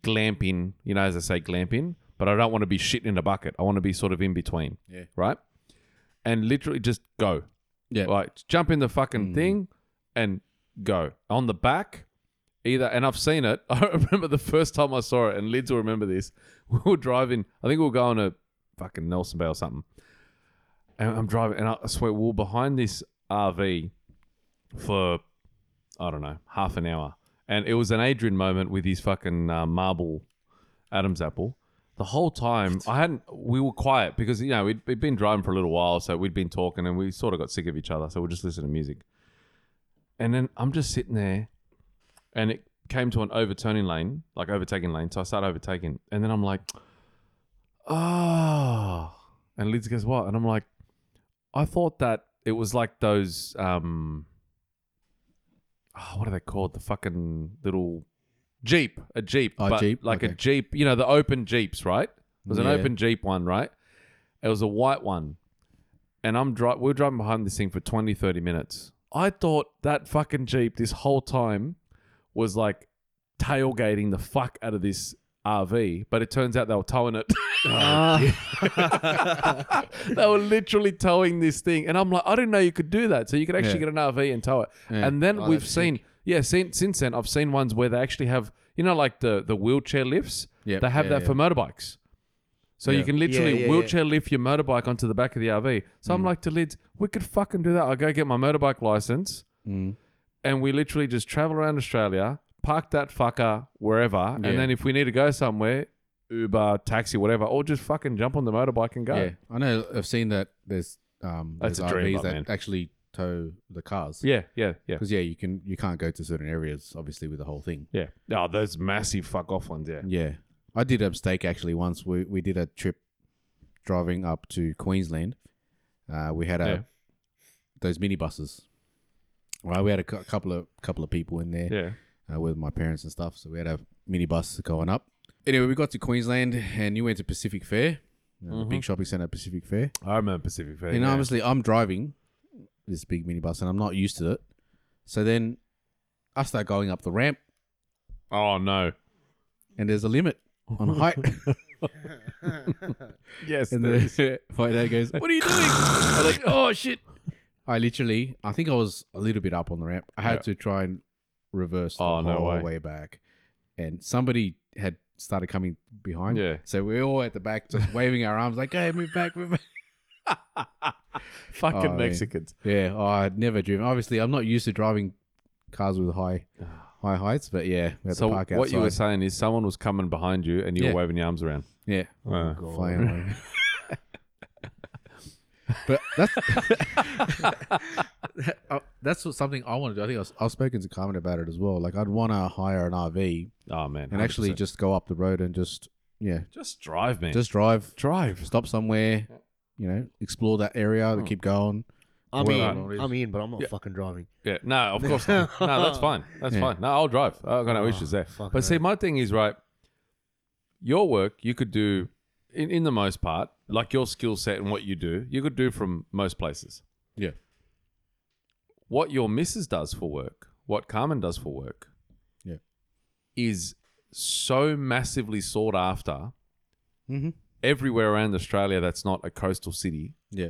glamping, you know, as I say glamping, but I don't want to be shit in a bucket. I want to be sort of in between.
Yeah.
Right? And literally just go.
Yeah.
Like jump in the fucking thing and go. On the back, either and I've seen it. I remember the first time I saw it, and Lids will remember this. We were driving, I think we were going to fucking Nelson Bay or something. And I'm driving and I swear we were behind this RV for I don't know, half an hour. And it was an Adrian moment with his fucking uh, marble Adam's apple. The whole time, I hadn't. We were quiet because you know we'd, we'd been driving for a little while, so we'd been talking, and we sort of got sick of each other. So we just listened to music. And then I'm just sitting there, and it came to an overturning lane, like overtaking lane. So I started overtaking, and then I'm like, oh. And Liz goes, what? And I'm like, I thought that it was like those um, oh, what are they called? The fucking little jeep, a jeep,
Oh,
but
Jeep,
like a
okay.
jeep. You know, the open jeeps, right? It was an
Yeah.
open jeep one, right? It was a white one, and I'm dri- we are driving behind this thing for 20, 30 minutes. I thought that fucking jeep this whole time was like tailgating the fuck out of this RV, but it turns out they were towing it.
Ah.
they were literally towing this thing, and I'm like, I didn't know you could do that. So you could actually
Yeah.
get an RV and tow it.
Yeah.
And then
Oh,
we've
that's
seen, yeah, since since then I've seen ones where they actually have, you know, like the the wheelchair lifts.
Yep.
they have
Yeah,
that
yeah.
for motorbikes. So
Yeah. Mm.
you can literally
Yeah, yeah,
wheelchair lift your motorbike onto the back of the RV. So I'm like to Lids, we could fucking do that. I'll go get my motorbike license
Mm.
and we literally just travel around Australia, park that fucker wherever,
Yeah.
and then if we need to go somewhere, Uber, taxi, whatever, or just fucking jump on the motorbike and go.
Yeah, I know. I've seen that. There's um,
That's
there's
a dream,
RVs
my
that
man.
actually tow the cars.
yeah, yeah, yeah.
because yeah, you can you can't go to certain areas, obviously, with the whole thing.
yeah. Oh, those massive fuck off ones, yeah.
Yeah, I did a mistake actually once. We we did a trip driving up to Queensland. Uh, we had a
Yeah.
those minibuses. Right, we had a cou- couple of couple of people in there
Yeah.
uh, with my parents and stuff. So we had a minibus going up. Anyway, we got to Queensland and you went to Pacific Fair, you know, the
Mm-hmm.
big shopping center, at Pacific Fair.
I remember Pacific Fair.
And
yeah.
obviously, I'm driving this big minibus and I'm not used to it. So then I start going up the ramp
oh no.
and there's a limit on height.
Yes.
and
there
then
is.
my dad goes,
what are you doing? I'm like, oh shit.
I literally, I think I was a little bit up on the ramp. I had to try and reverse the
Oh,
whole
no way.
way back. And somebody had started coming behind.
Yeah.
So we're all at the back just waving our arms like, hey, move back, move back. Oh,
Fucking
man.
Mexicans.
Yeah, oh, I'd never driven. Obviously, I'm not used to driving cars with high high heights, but yeah, we had
So
to park
what
outside.
you were saying is someone was coming behind you and you
Yeah. Oh.
were waving your arms around.
yeah,
Uh,
flying away. but that's Uh, that's what, something I want to do. I think I was, I've spoken to Carmen about it as well. Like, I'd want to hire an RV
oh man.
and actually
100%.
just go up the road and just yeah,
just drive, man.
just drive,
drive.
stop somewhere, you know, explore that area,
Hmm.
and keep going.
I'm
Well,
in.
alright.
I'm in, but I'm not fucking driving.
Yeah, no, of course not. No, that's fine. That's
Yeah.
fine. No, I'll drive. I've got no
Oh,
issues there.
fuck
But see,
that.
my thing is right. Your work, you could do in in the most part, like your skill set and what you do, you could do from most places.
Yeah,
What your missus does for work, what Carmen does for work,
Yeah.
is so massively sought after
mm-hmm.
everywhere around Australia. That's not a coastal city.
yeah,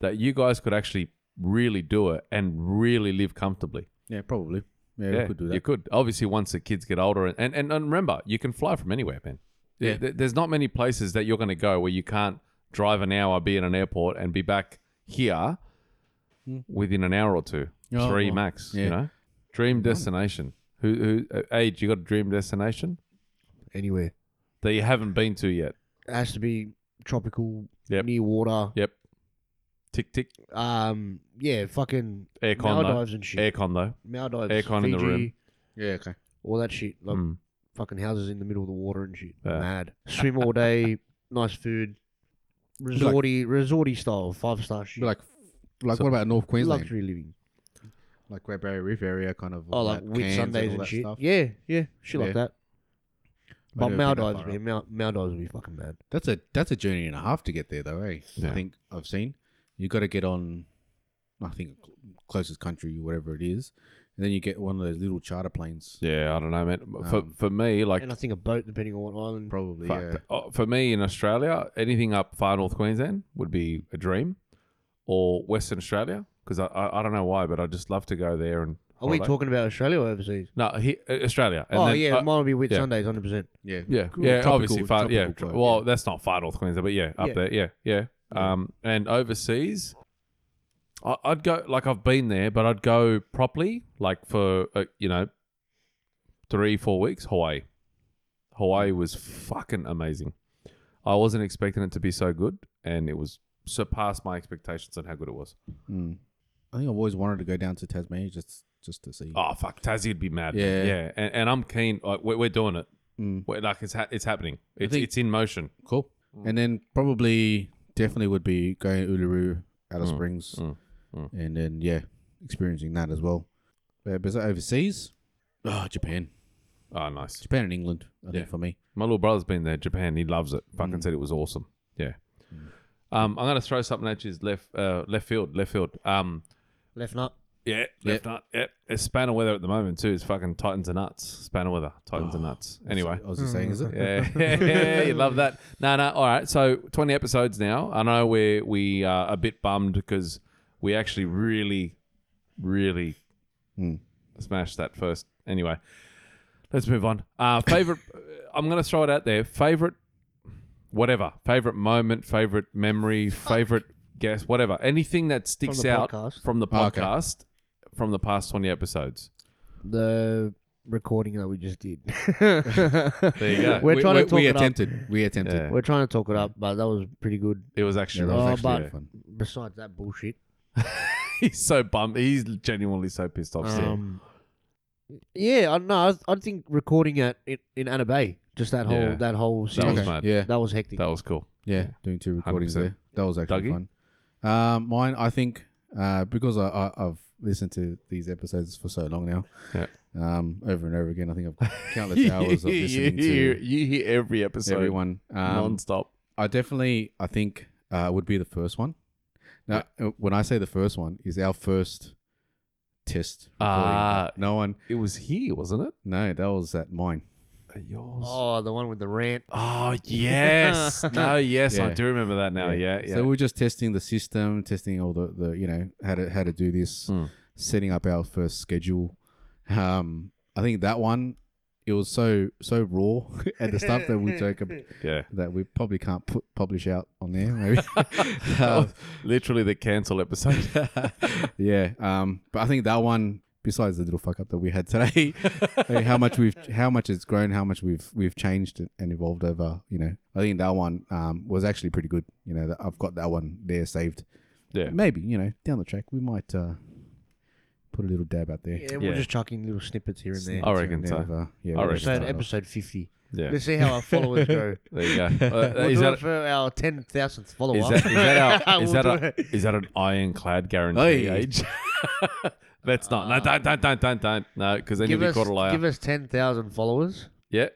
That you guys could actually really do it and really live comfortably.
yeah, probably. Yeah, we could do that.
You could. Obviously, once the kids get older, and, and, and remember, you can fly from anywhere, man. There-
Yeah.
there- There's not many places that you're going to go where you can't drive an hour, be in an airport, and be back here within an hour or two, three
Hmm. Oh, wow.
max.
Yeah.
You know, dream destination. Who, who, uh, age? You got a dream destination
Anywhere.
that you haven't been to yet?
It has to be tropical,
Yep.
near water.
Yep. Tick tick.
Um, yeah, fucking
Air condo.
Maldives and shit.
Air condo.
Maldives,
aircon in
Fiji,
the room.
Yeah, okay.
all that shit. Like
Mm.
fucking houses in the middle of the water and shit.
Yeah.
Mad. Swim all day, nice food, resorty, resorty style, five star shit.
But like, like
So-
what about North Queensland?
luxury living.
Like Great Barrier Reef area, kind of.
Oh, like
Cairns
with Sundays
all
and,
that
shit.
stuff.
Yeah, yeah, shit
Yeah.
like that.
I
But
never been that
Maldives,
far
man, Mal- Maldives would be fucking mad.
That's a that's a journey and a half to get there, though. Eh?
Yeah.
I think I've seen. You got to get on, I think cl- closest country, whatever it is, and then you get one of those little charter planes.
Yeah, I don't know, man. For
Um,
for me, like
And I think a boat, depending on what island.
Probably,
Fuck.
yeah.
Oh, For me in Australia, anything up far north Queensland would be a dream, or Western Australia because I, I I don't know why, but I just love to go there and.
Are we
holiday.
talking about Australia or overseas?
No, he, uh, Australia. And
oh
then-
yeah,
uh,
mine would be with
yeah.
Sundays, hundred percent.
Yeah,
yeah,
Cool.
yeah.
Tropical-
obviously, far. Yeah,
tropical climate,
well,
yeah.
that's not far north Queensland, but yeah, up
Yeah.
there. Yeah, yeah.
Yeah.
Um, and overseas, I, I'd go like I've been there, but I'd go properly, like for uh, you know, three four weeks. Hawaii, Hawaii was fucking amazing. I wasn't expecting it to be so good, and it was surpassed my expectations on how good it was.
Mm. I think I've always wanted to go down to Tasmania just just to see.
Oh fuck, Tassie'd be mad.
Yeah.
yeah. And, and I'm keen. Like we're, we're doing it.
Mm.
We're, like it's ha- it's happening. It's
think-
it's in motion.
Cool.
Mm.
And then probably definitely would be going to Uluru, Alice
Mm,
Springs,
mm, mm.
and then yeah, experiencing that as well. But besides overseas, oh Japan,
Oh, nice.
Japan and England. I
Yeah.
think for me,
My little brother's been there, Japan. He loves it. Fucking said it was awesome. Yeah. Um, I'm gonna throw something at you. Left, uh, left field, left field. Um,
Left nut.
yeah, left nut. Yep. It's spanner weather at the moment too. It's fucking Titans and nuts. Spanner weather, Titans and nuts. Anyway, Mm.
I was just saying, is it?
yeah, you love that. No, no. All right. So 20 episodes now. I know we're we are a bit bummed because we actually really, really
Mm.
smashed that first. Anyway, let's move on. Uh, favorite. I'm gonna throw it out there. Favorite, whatever. Favorite moment. Favorite memory. Favorite guess. Whatever. Anything that sticks
the
out
podcast.
from the
Oh, okay.
podcast from the past 20 episodes.
The recording that we just did.
There you go.
We're
we,
trying
we,
to talk
we
it up.
attempted. We attempted.
Yeah.
We're trying to talk it up, but that was pretty good.
It was
Yeah,
actually
that
really
Oh,
was actually
but-
really fun.
Besides that bullshit.
He's so bummed. He's genuinely so pissed
Oh,
off. Sam.
Um, yeah, I no, I, I think recording it in, in Anna Bay, just that whole
Yeah.
that whole
That
series,
was
that was,
mad.
Yeah,
hectic.
That was cool.
yeah,
Yeah.
doing two recordings
100%.
there. That was actually
Dougie?
fun. Um, mine, I think, uh, because I, I, I've listened to these episodes for so long now,
Yeah.
um, over and over again. I think I've got countless hours of listening
hear,
to
you hear every episode
everyone. Um,
nonstop.
I definitely, I think, uh, would be the first one. Now, uh, when I say the first one, is our first test. recording.
Ah.
no one,
It was here, wasn't it?
no, that was at mine.
Yours. Oh,
oh, the one with the rant.
yes. no, yes, I
Yeah.
do remember that now. Oh, Yeah, yeah.
So we're just testing the system, testing all the, the you know how to how to do this,
Mm.
setting up our first schedule. Um, I think that one, it was so so raw and the stuff that we joke about
yeah.
that we probably can't put publish out on there. Maybe.
That
Uh,
was literally the cancel episode.
yeah. Um, but I think that one, besides the little fuck up that we had today, like how much we've how much it's grown, how much we've we've changed it and evolved over. You know, I think that one um was actually pretty good. You know, that I've got that one there saved.
yeah.
Maybe you know down the track we might uh put a little dab out there.
Yeah, we're
Yeah.
just chucking little snippets here and there.
I reckon so.
Of, uh, yeah,
I
we'll
reckon
start
Episode,
off.
episode fifty.
Yeah.
Let's see how our followers go.
There you go. Uh,
We'll
is,
do
that,
it for our ten thousandth follower.
is that is that our, is
We'll
that
do
a,
it.
is that an ironclad guarantee?
uh, Hey.
Age? Let's not. No, don't, don't, don't, don't, don't. No, because then
give
you'll be
us
caught a liar.
give us ten thousand followers.
yeah.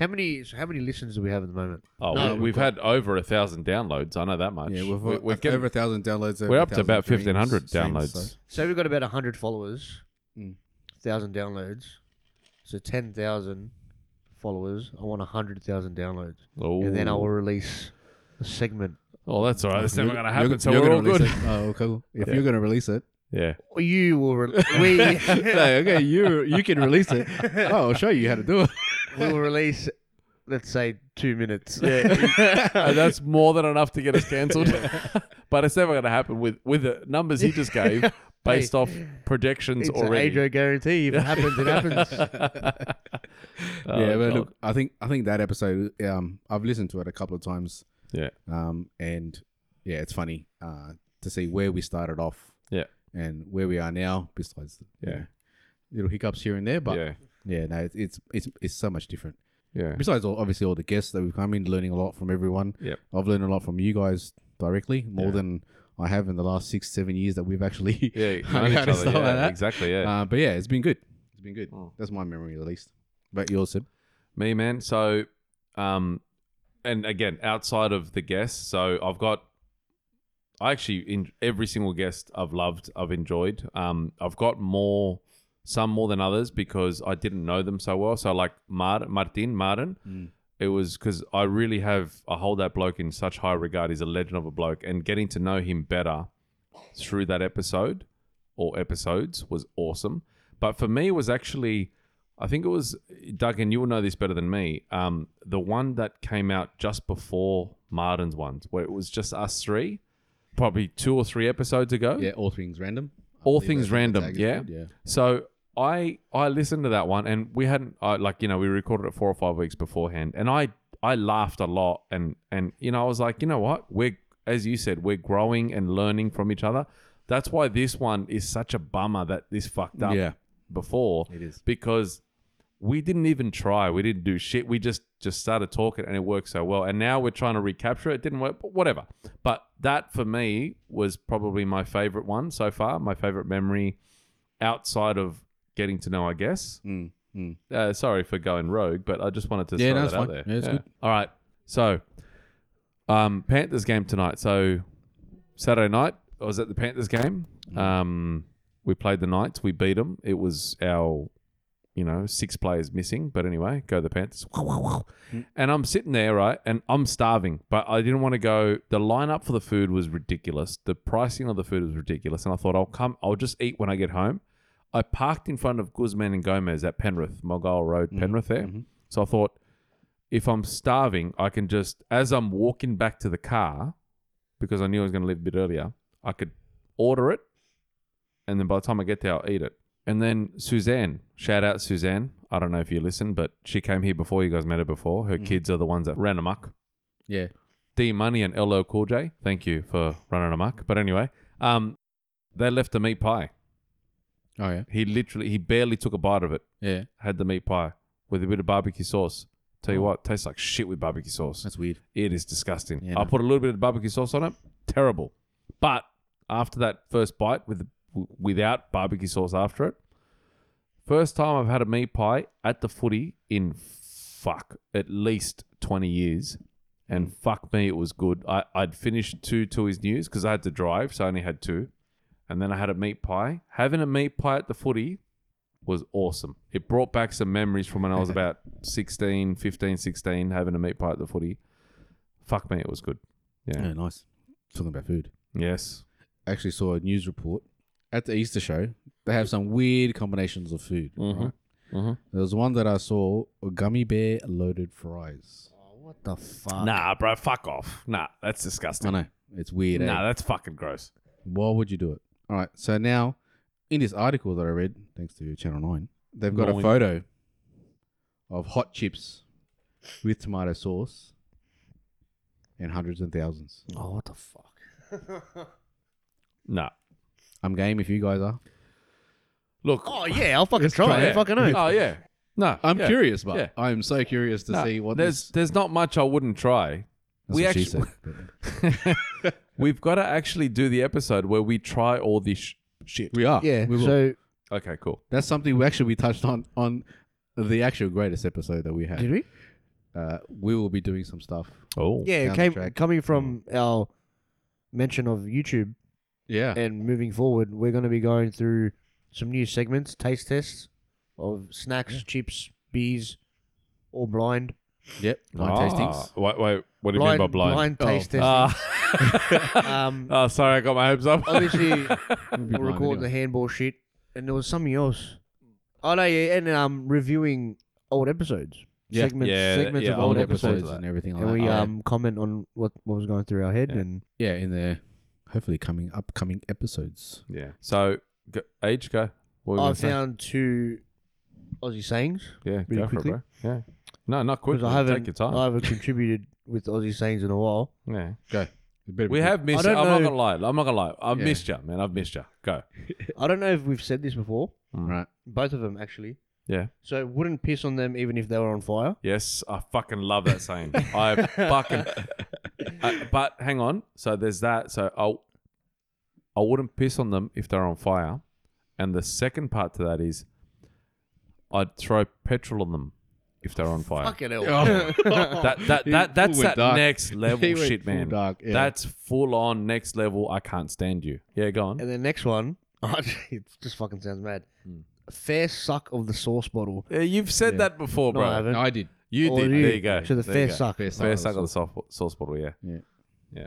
How many so how many listens do we have at the moment?
Oh,
No,
we, we've had over a thousand downloads. I know that much.
Yeah, we've,
we,
we,
we've
over
given,
a thousand downloads. over
we're up to
1,000
about
streams-
1,500
streams,
downloads.
so-
So we've got about hundred followers,
Mm.
thousand downloads. So ten thousand followers. I want hundred thousand downloads,
oh.
and then I will release a segment.
Oh, that's all right. That's never
You're-
going to happen.
you're-
So
you're
we're all
gonna
good.
release it. Oh, cool. If
Yeah.
you're gonna release it,
Yeah.
Or you will. Re- we
okay, you you can release it. Oh, I'll show you how to do it.
will release let's say two minutes.
Uh, that's more than enough to get us cancelled. but it's never going to happen with with the numbers he just gave based off projections
it's
already.
an Adro guarantee. If it happens, it happens.
Oh,
yeah, but
God.
look, I think I think that episode, um, I've listened to it a couple of times.
Yeah.
Um, and yeah, it's funny uh, to see where we started off.
Yeah.
And where we are now, besides you
Yeah.
know, little hiccups here and there, but yeah,
yeah,
no, it's, it's it's it's so much different.
yeah,
Besides, all, obviously, all the guests that we've come in, learning a lot from everyone.
Yep.
I've learned a lot from you guys directly, more
Yeah.
than I have in the last six, seven years that we've actually.
yeah. you
Hung
know each
out and
other,
stuff
yeah,
like that.
Exactly. Yeah.
Uh, but yeah, it's been good. It's been good.
Mm.
That's my memory, at least. But yours, Sid.
Me, man. So, um, and again, outside of the guests, so I've got, I actually in every single guest I've loved, I've enjoyed. Um, I've got more, some more than others because I didn't know them so well. So like Mar- Martin, Martin,
Mm.
it was because I really have I hold that bloke in such high regard. He's a legend of a bloke, and getting to know him better through that episode or episodes was awesome. But for me, it was actually, I think it was Doug, and you will know this better than me. Um, the one that came out just before Martin's ones, where it was just us three, probably two or three episodes ago.
Yeah, all things random. I
All
believe
Things
that's what the
Random,
tag is
yeah?
called, Yeah.
So I I listened to that one, and we hadn't I, like you know we recorded it four or five weeks beforehand, and I I laughed a lot, and and you know I was like you know what we're as you said we're growing and learning from each other. That's why this one is such a bummer that this fucked up
Yeah.
before
It is.
because we didn't even try. We didn't do shit. We just just started talking and it worked so well. And now we're trying to recapture it. it didn't work, but whatever. But that for me was probably my favorite one so far. My favorite memory outside of getting to know, I guess.
Mm, mm.
Uh, sorry for going rogue, but I just wanted to
Yeah,
throw
no,
that
it's
out
fine.
there.
Yeah, it's good.
All right. So, um, Panthers game tonight. So, Saturday night I was at the Panthers game.
Mm.
Um, we played the Knights. We beat them. It was our, you know, six players missing. But anyway, go the Panthers.
Mm.
And I'm sitting there, right, and I'm starving, but I didn't want to go. The lineup for the food was ridiculous. The pricing of the food was ridiculous, and I thought I'll come. I'll just eat when I get home. I parked in front of Guzman and Gomez at Penrith, Mogul Road, Penrith there. So I thought, if I'm starving, I can just, as I'm walking back to the car, because I knew I was going to leave a bit earlier, I could order it. And then by the time I get there, I'll eat it. And then Suzanne, shout out Suzanne. I don't know if you listen, but she came here before. You guys met her before. Her kids are the ones that ran amok.
Yeah.
D Money and LO Cool J. Thank you for running amok. But anyway, um, they left the meat pie.
Oh yeah.
He literally, he barely took a bite of it.
Yeah.
Had the meat pie with a bit of barbecue sauce. Tell you what, tastes like shit with barbecue sauce.
That's weird.
It is disgusting.
Yeah.
I put a little bit of barbecue sauce on it. Terrible. But after that first bite with without barbecue sauce after it, first time I've had a meat pie at the footy in fuck at least 20 years. And fuck me, it was good. I, I'd finished two to his news because I had to drive, so I only had two. And then I had a meat pie. Having a meat pie at the footy was awesome. It brought back some memories from when I was about 16, 15, 16, having a meat pie at the footy. Fuck me, it was good. Yeah.
Yeah, nice. Talking about food.
Yes.
I actually saw a news report at the Easter show. They have some weird combinations of food.
Mhm.
right?
Mhm.
There was one that I saw gummy bear loaded fries.
Oh, what the fuck?
Nah, bro, fuck off. Nah, that's
I
disgusting.
know it's weird. eh?
Nah, that's fucking gross.
Why would you do it? All right. So now, in this article that I read, thanks to Channel Nine, they've got
Nine.
a photo of hot chips with tomato sauce and hundreds and thousands.
Oh, what the fuck?
Nah.
I'm game if you guys are.
Look.
Oh yeah, I'll fucking try it.
yeah.
Fucking oath.
Oh, yeah. Nah.
I'm
yeah.
curious, but
Yeah.
I'm so curious to
Nah,
see what
there's
this.
there's not much I wouldn't try.
That's
we
what she
actually-
said, but
We've got to actually do the episode where we try all this sh- shit.
we are.
Yeah.
we will.
So
Okay, cool.
that's something we actually we touched on on the actual greatest episode that we
did
had.
we?
Uh, we will be doing some stuff.
Oh.
Yeah, it
Down the
came
track.
coming from our mention of YouTube
Yeah.
and moving forward, we're going to be going through some new segments, taste tests of snacks, chips, beers, all blind.
Yep. Nine
Ah.
tastings.
Wait, wait. What do you mean by blind? Ah.
taste testing. um,
oh, sorry, I got my hopes up.
obviously,
Be
we'll
blind
record the
anyway.
handball shit, and there was something else. Oh no, yeah, and um, reviewing old episodes.
Yeah.
segments,
Yeah,
segments
yeah,
of
old
old
episodes.
episodes,
like
and everything like
and we
that. Yeah.
um comment on what, what was going through our head
Yeah.
and
yeah, in the hopefully coming upcoming episodes.
Yeah. So, go, age, go. What were you
I
gonna say?
found two Aussie sayings
Yeah,
really
go
quickly.
for it, bro. Yeah. No, not
because
quickly.
I
Take
haven't
your time.
I haven't contributed with Aussie sayings in a while.
yeah.
A bit of-
We have missed.
I
I'm
don't
not
know-
gonna lie. I'm not gonna lie. I've
Yeah.
missed you, man. I've missed you. Go.
I don't know if we've said this before.
right.
Both of them actually.
Yeah.
So wouldn't piss on them even if they were on fire.
Yes, I fucking love that saying. I fucking. I- but hang on. So there's that. So I, I wouldn't piss on them if they're on fire, and the second part to that is, I'd throw petrol on them if they're on fire.
Fucking hell.
Oh. That that
He
that that's
full
that
went dark.
next level
He went
shit,
full
man.
dark, yeah.
That's full on next level. I can't stand you. Yeah, go on.
And the next one, it just fucking sounds mad.
Hmm.
Fair suck of the sauce bottle.
Yeah, you've said
Yeah.
that before,
No,
bro.
I haven't.
No, I did.
You
Or
did.
you.
There you go.
So the
There
fair
you go.
suck.
Fair
Fair
start.
suck of the soft, sauce bottle. Yeah.
Yeah.
Yeah.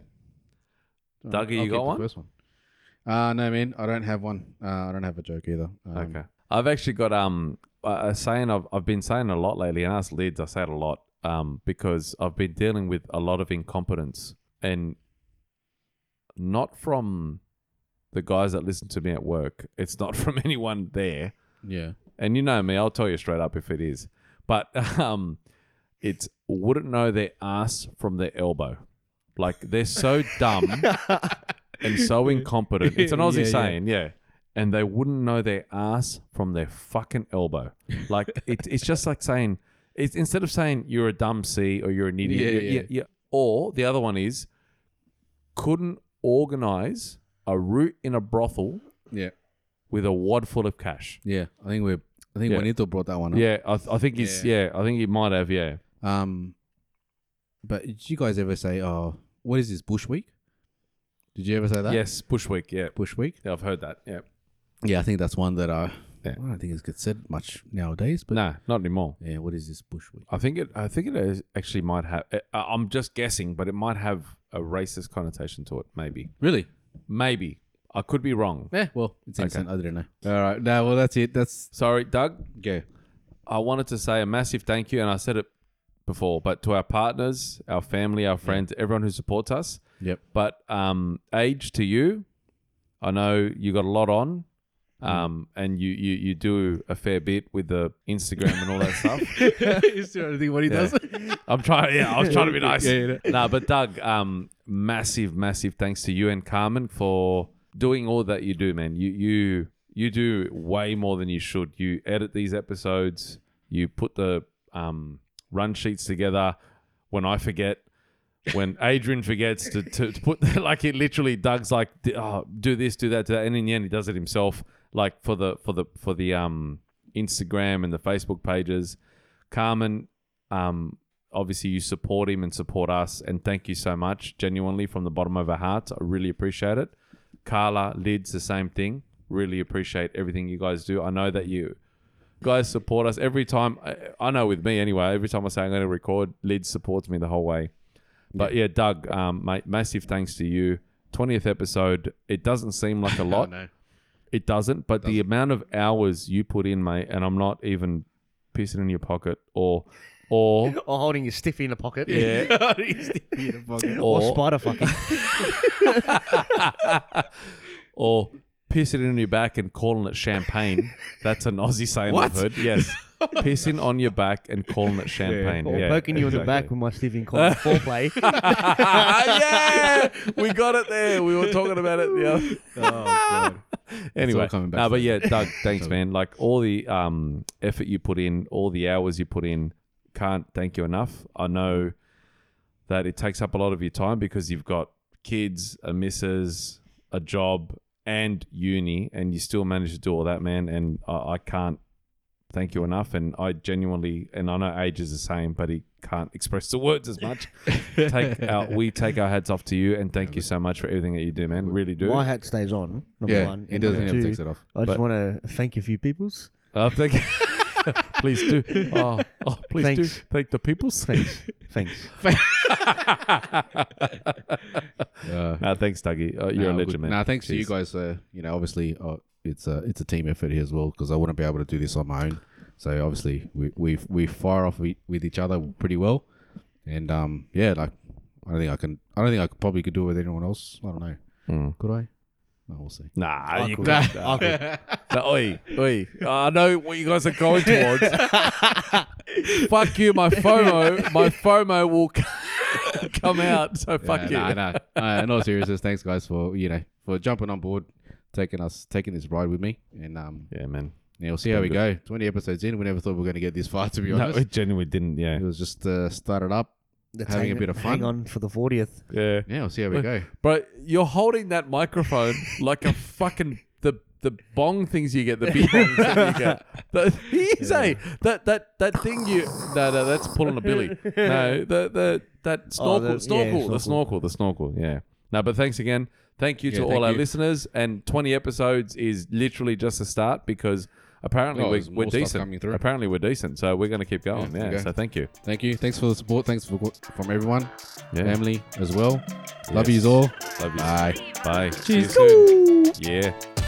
All
Dougie,
right,
you
I'll
got
keep the
one?
First one. Uh, no, man, I don't have one. Uh, I don't have a joke either. Um,
Okay. I've actually got um a a saying I've, I've been saying a lot lately, and as leads, I say it a lot um because I've been dealing with a lot of incompetence and not from the guys that listen to me at work. It's not from anyone there.
Yeah.
And you know me, I'll tell you straight up if it is. But um, it's wouldn't know their ass from their elbow. Like they're so dumb and so incompetent. It's an Aussie
Yeah, yeah.
saying, yeah. And they wouldn't know their ass from their fucking elbow. Like it, it's just like saying it's instead of saying you're a dumb C or you're an idiot.
Yeah,
you're-
yeah.
Or the other one is couldn't organize a root in a brothel
Yeah.
with a wad full of cash.
Yeah. I think we're. I think
Yeah.
Juanito brought that one up.
Yeah, I, th- I think he's yeah. I think he might have. Yeah,
Um, but did you guys ever say, "Oh, what is this Bush Week"? Did you ever say that?
yes, Bushwick. Yeah.
Bush Week.
yeah, I've heard that. Yeah,
Yeah, I think that's one that I.
Yeah.
I don't think it's get said much nowadays, but
nah, not anymore.
yeah, what is this Bush Week?
I think it. I think it is actually might have. eh, I- I'm just guessing, but it might have a racist connotation to it. Maybe,
Really?
maybe I could be wrong.
Yeah. Well, it's innocent. I don't know. All right. No. Well, that's it. That's
Sorry, Doug.
go.
I wanted to say a massive thank you, and I said it before, but to our partners, our family, our friends, everyone who supports us.
Yep.
But um, age to you, I know you got a lot on,
Mm.
um, and you, you you do a fair bit with the Instagram and all that stuff.
is there anything what he does?
I'm trying. Yeah, I was trying to be nice.
Yeah, yeah,
No, but Doug, um, massive, massive thanks to you and Carmen for doing all that you do, man. You you you do way more than you should. You edit these episodes. You put the um, run sheets together. When I forget, when Adrian forgets to, to, to put like it literally Doug's like "D- oh, do this do that do that and in the end he does it himself like for the for the for the um Instagram and the Facebook pages Carmen um obviously you support him and support us and thank you so much genuinely from the bottom of our hearts I really appreciate it Carla Lids the same thing really appreciate everything you guys do I know that you guys support us every time I, I know with me anyway every time I say I'm going to record Lids supports me the whole way but yeah, Doug, um, mate, massive thanks to you. 20th episode. It doesn't seem like a lot.
no.
It doesn't, but the amount of hours you put in, mate, and I'm not even pissing in your pocket or or
Or holding your stiffy in the pocket.
Yeah.
Or,
or
spider fucking.
or pissing in your back and calling it champagne. That's an Aussie saying I've heard. Yes. pissing on your back and calling it champagne.
Or
Yeah,
poking you in the
exactly.
back with my stiffy and calling it foreplay.
yeah, we got it there. We were talking about it the other. Oh, anyway,
all coming back
nah,
to
but
that.
yeah, Doug, thanks, man. Like all the um, effort you put in, all the hours you put in, can't thank you enough. I know that it takes up a lot of your time because you've got kids, a missus, a job, and uni, and you still manage to do all that, man. And I, I can't thank you enough. And I genuinely, and I know age is the same, but he can't express the words as much. take our, we take our hats off to you, and thank you so much for everything that you do, man. Really do.
My hat stays on. Number
Yeah,
one.
he
And
doesn't
number
have
two,
to take it off.
I just
But-
want to thank a few peoples.
Uh, thank please do. Oh, oh, please do.
Thanks.
Thank the peoples.
Thanks. Thanks.
Uh,
Nah, thanks, Dougie. Uh, you're
Nah,
a
good.
legend, man.
Nah, thanks to you
Cheers.
uh, guys. Uh, you know, obviously, uh, it's a it's a team effort here as well because I wouldn't be able to do this on my own. So obviously we we we fire off we- with each other pretty well, and um yeah like I don't think I can I don't think I could, probably could do it with anyone else. I don't know.
Hmm.
Could I? No, we'll see.
Nah, you
Awkward.
could.
Awkward.
No, oi, oi. I know what you guys are going towards. fuck you, my FOMO. My FOMO will c- come out. So fuck you.
Nah, nah. Uh, in all seriousness, thanks guys for you know for jumping on board, taking us taking this ride with me, and um
Yeah, man.
yeah we'll see how we go. Twenty episodes in, we never thought we were gonna get this far. To be
No,
honest,
it genuinely didn't. Yeah.
it was just uh, started up.
Let's
Having a
hang-
bit of fun.
Hang on for the fortieth.
Yeah.
Yeah, we'll see how we go.
Bro, you're holding that microphone like a fucking the the bong things you get, the beer bongs that you get. The, he is a that that that thing you no no that's pulling a billy. No, the the that snorkel
Oh,
the- yeah,
snorkel, the
snorkel.
snorkel the snorkel yeah. No, but thanks again. Thank you to
Yeah,
all
thank
our
you.
listeners. And 20 episodes is literally just a start because apparently
Oh,
we,
there's
we're
more stuff
decent.
coming through.
Apparently we're decent, so we're going to keep going.
Yeah,
Yeah,
okay.
so thank you.
Thank you. Thanks for the support. Thanks for from everyone,
Yeah.
family as well. Love
Yes.
yous all.
Love you.
Bye.
Bye. See you soon. Yeah.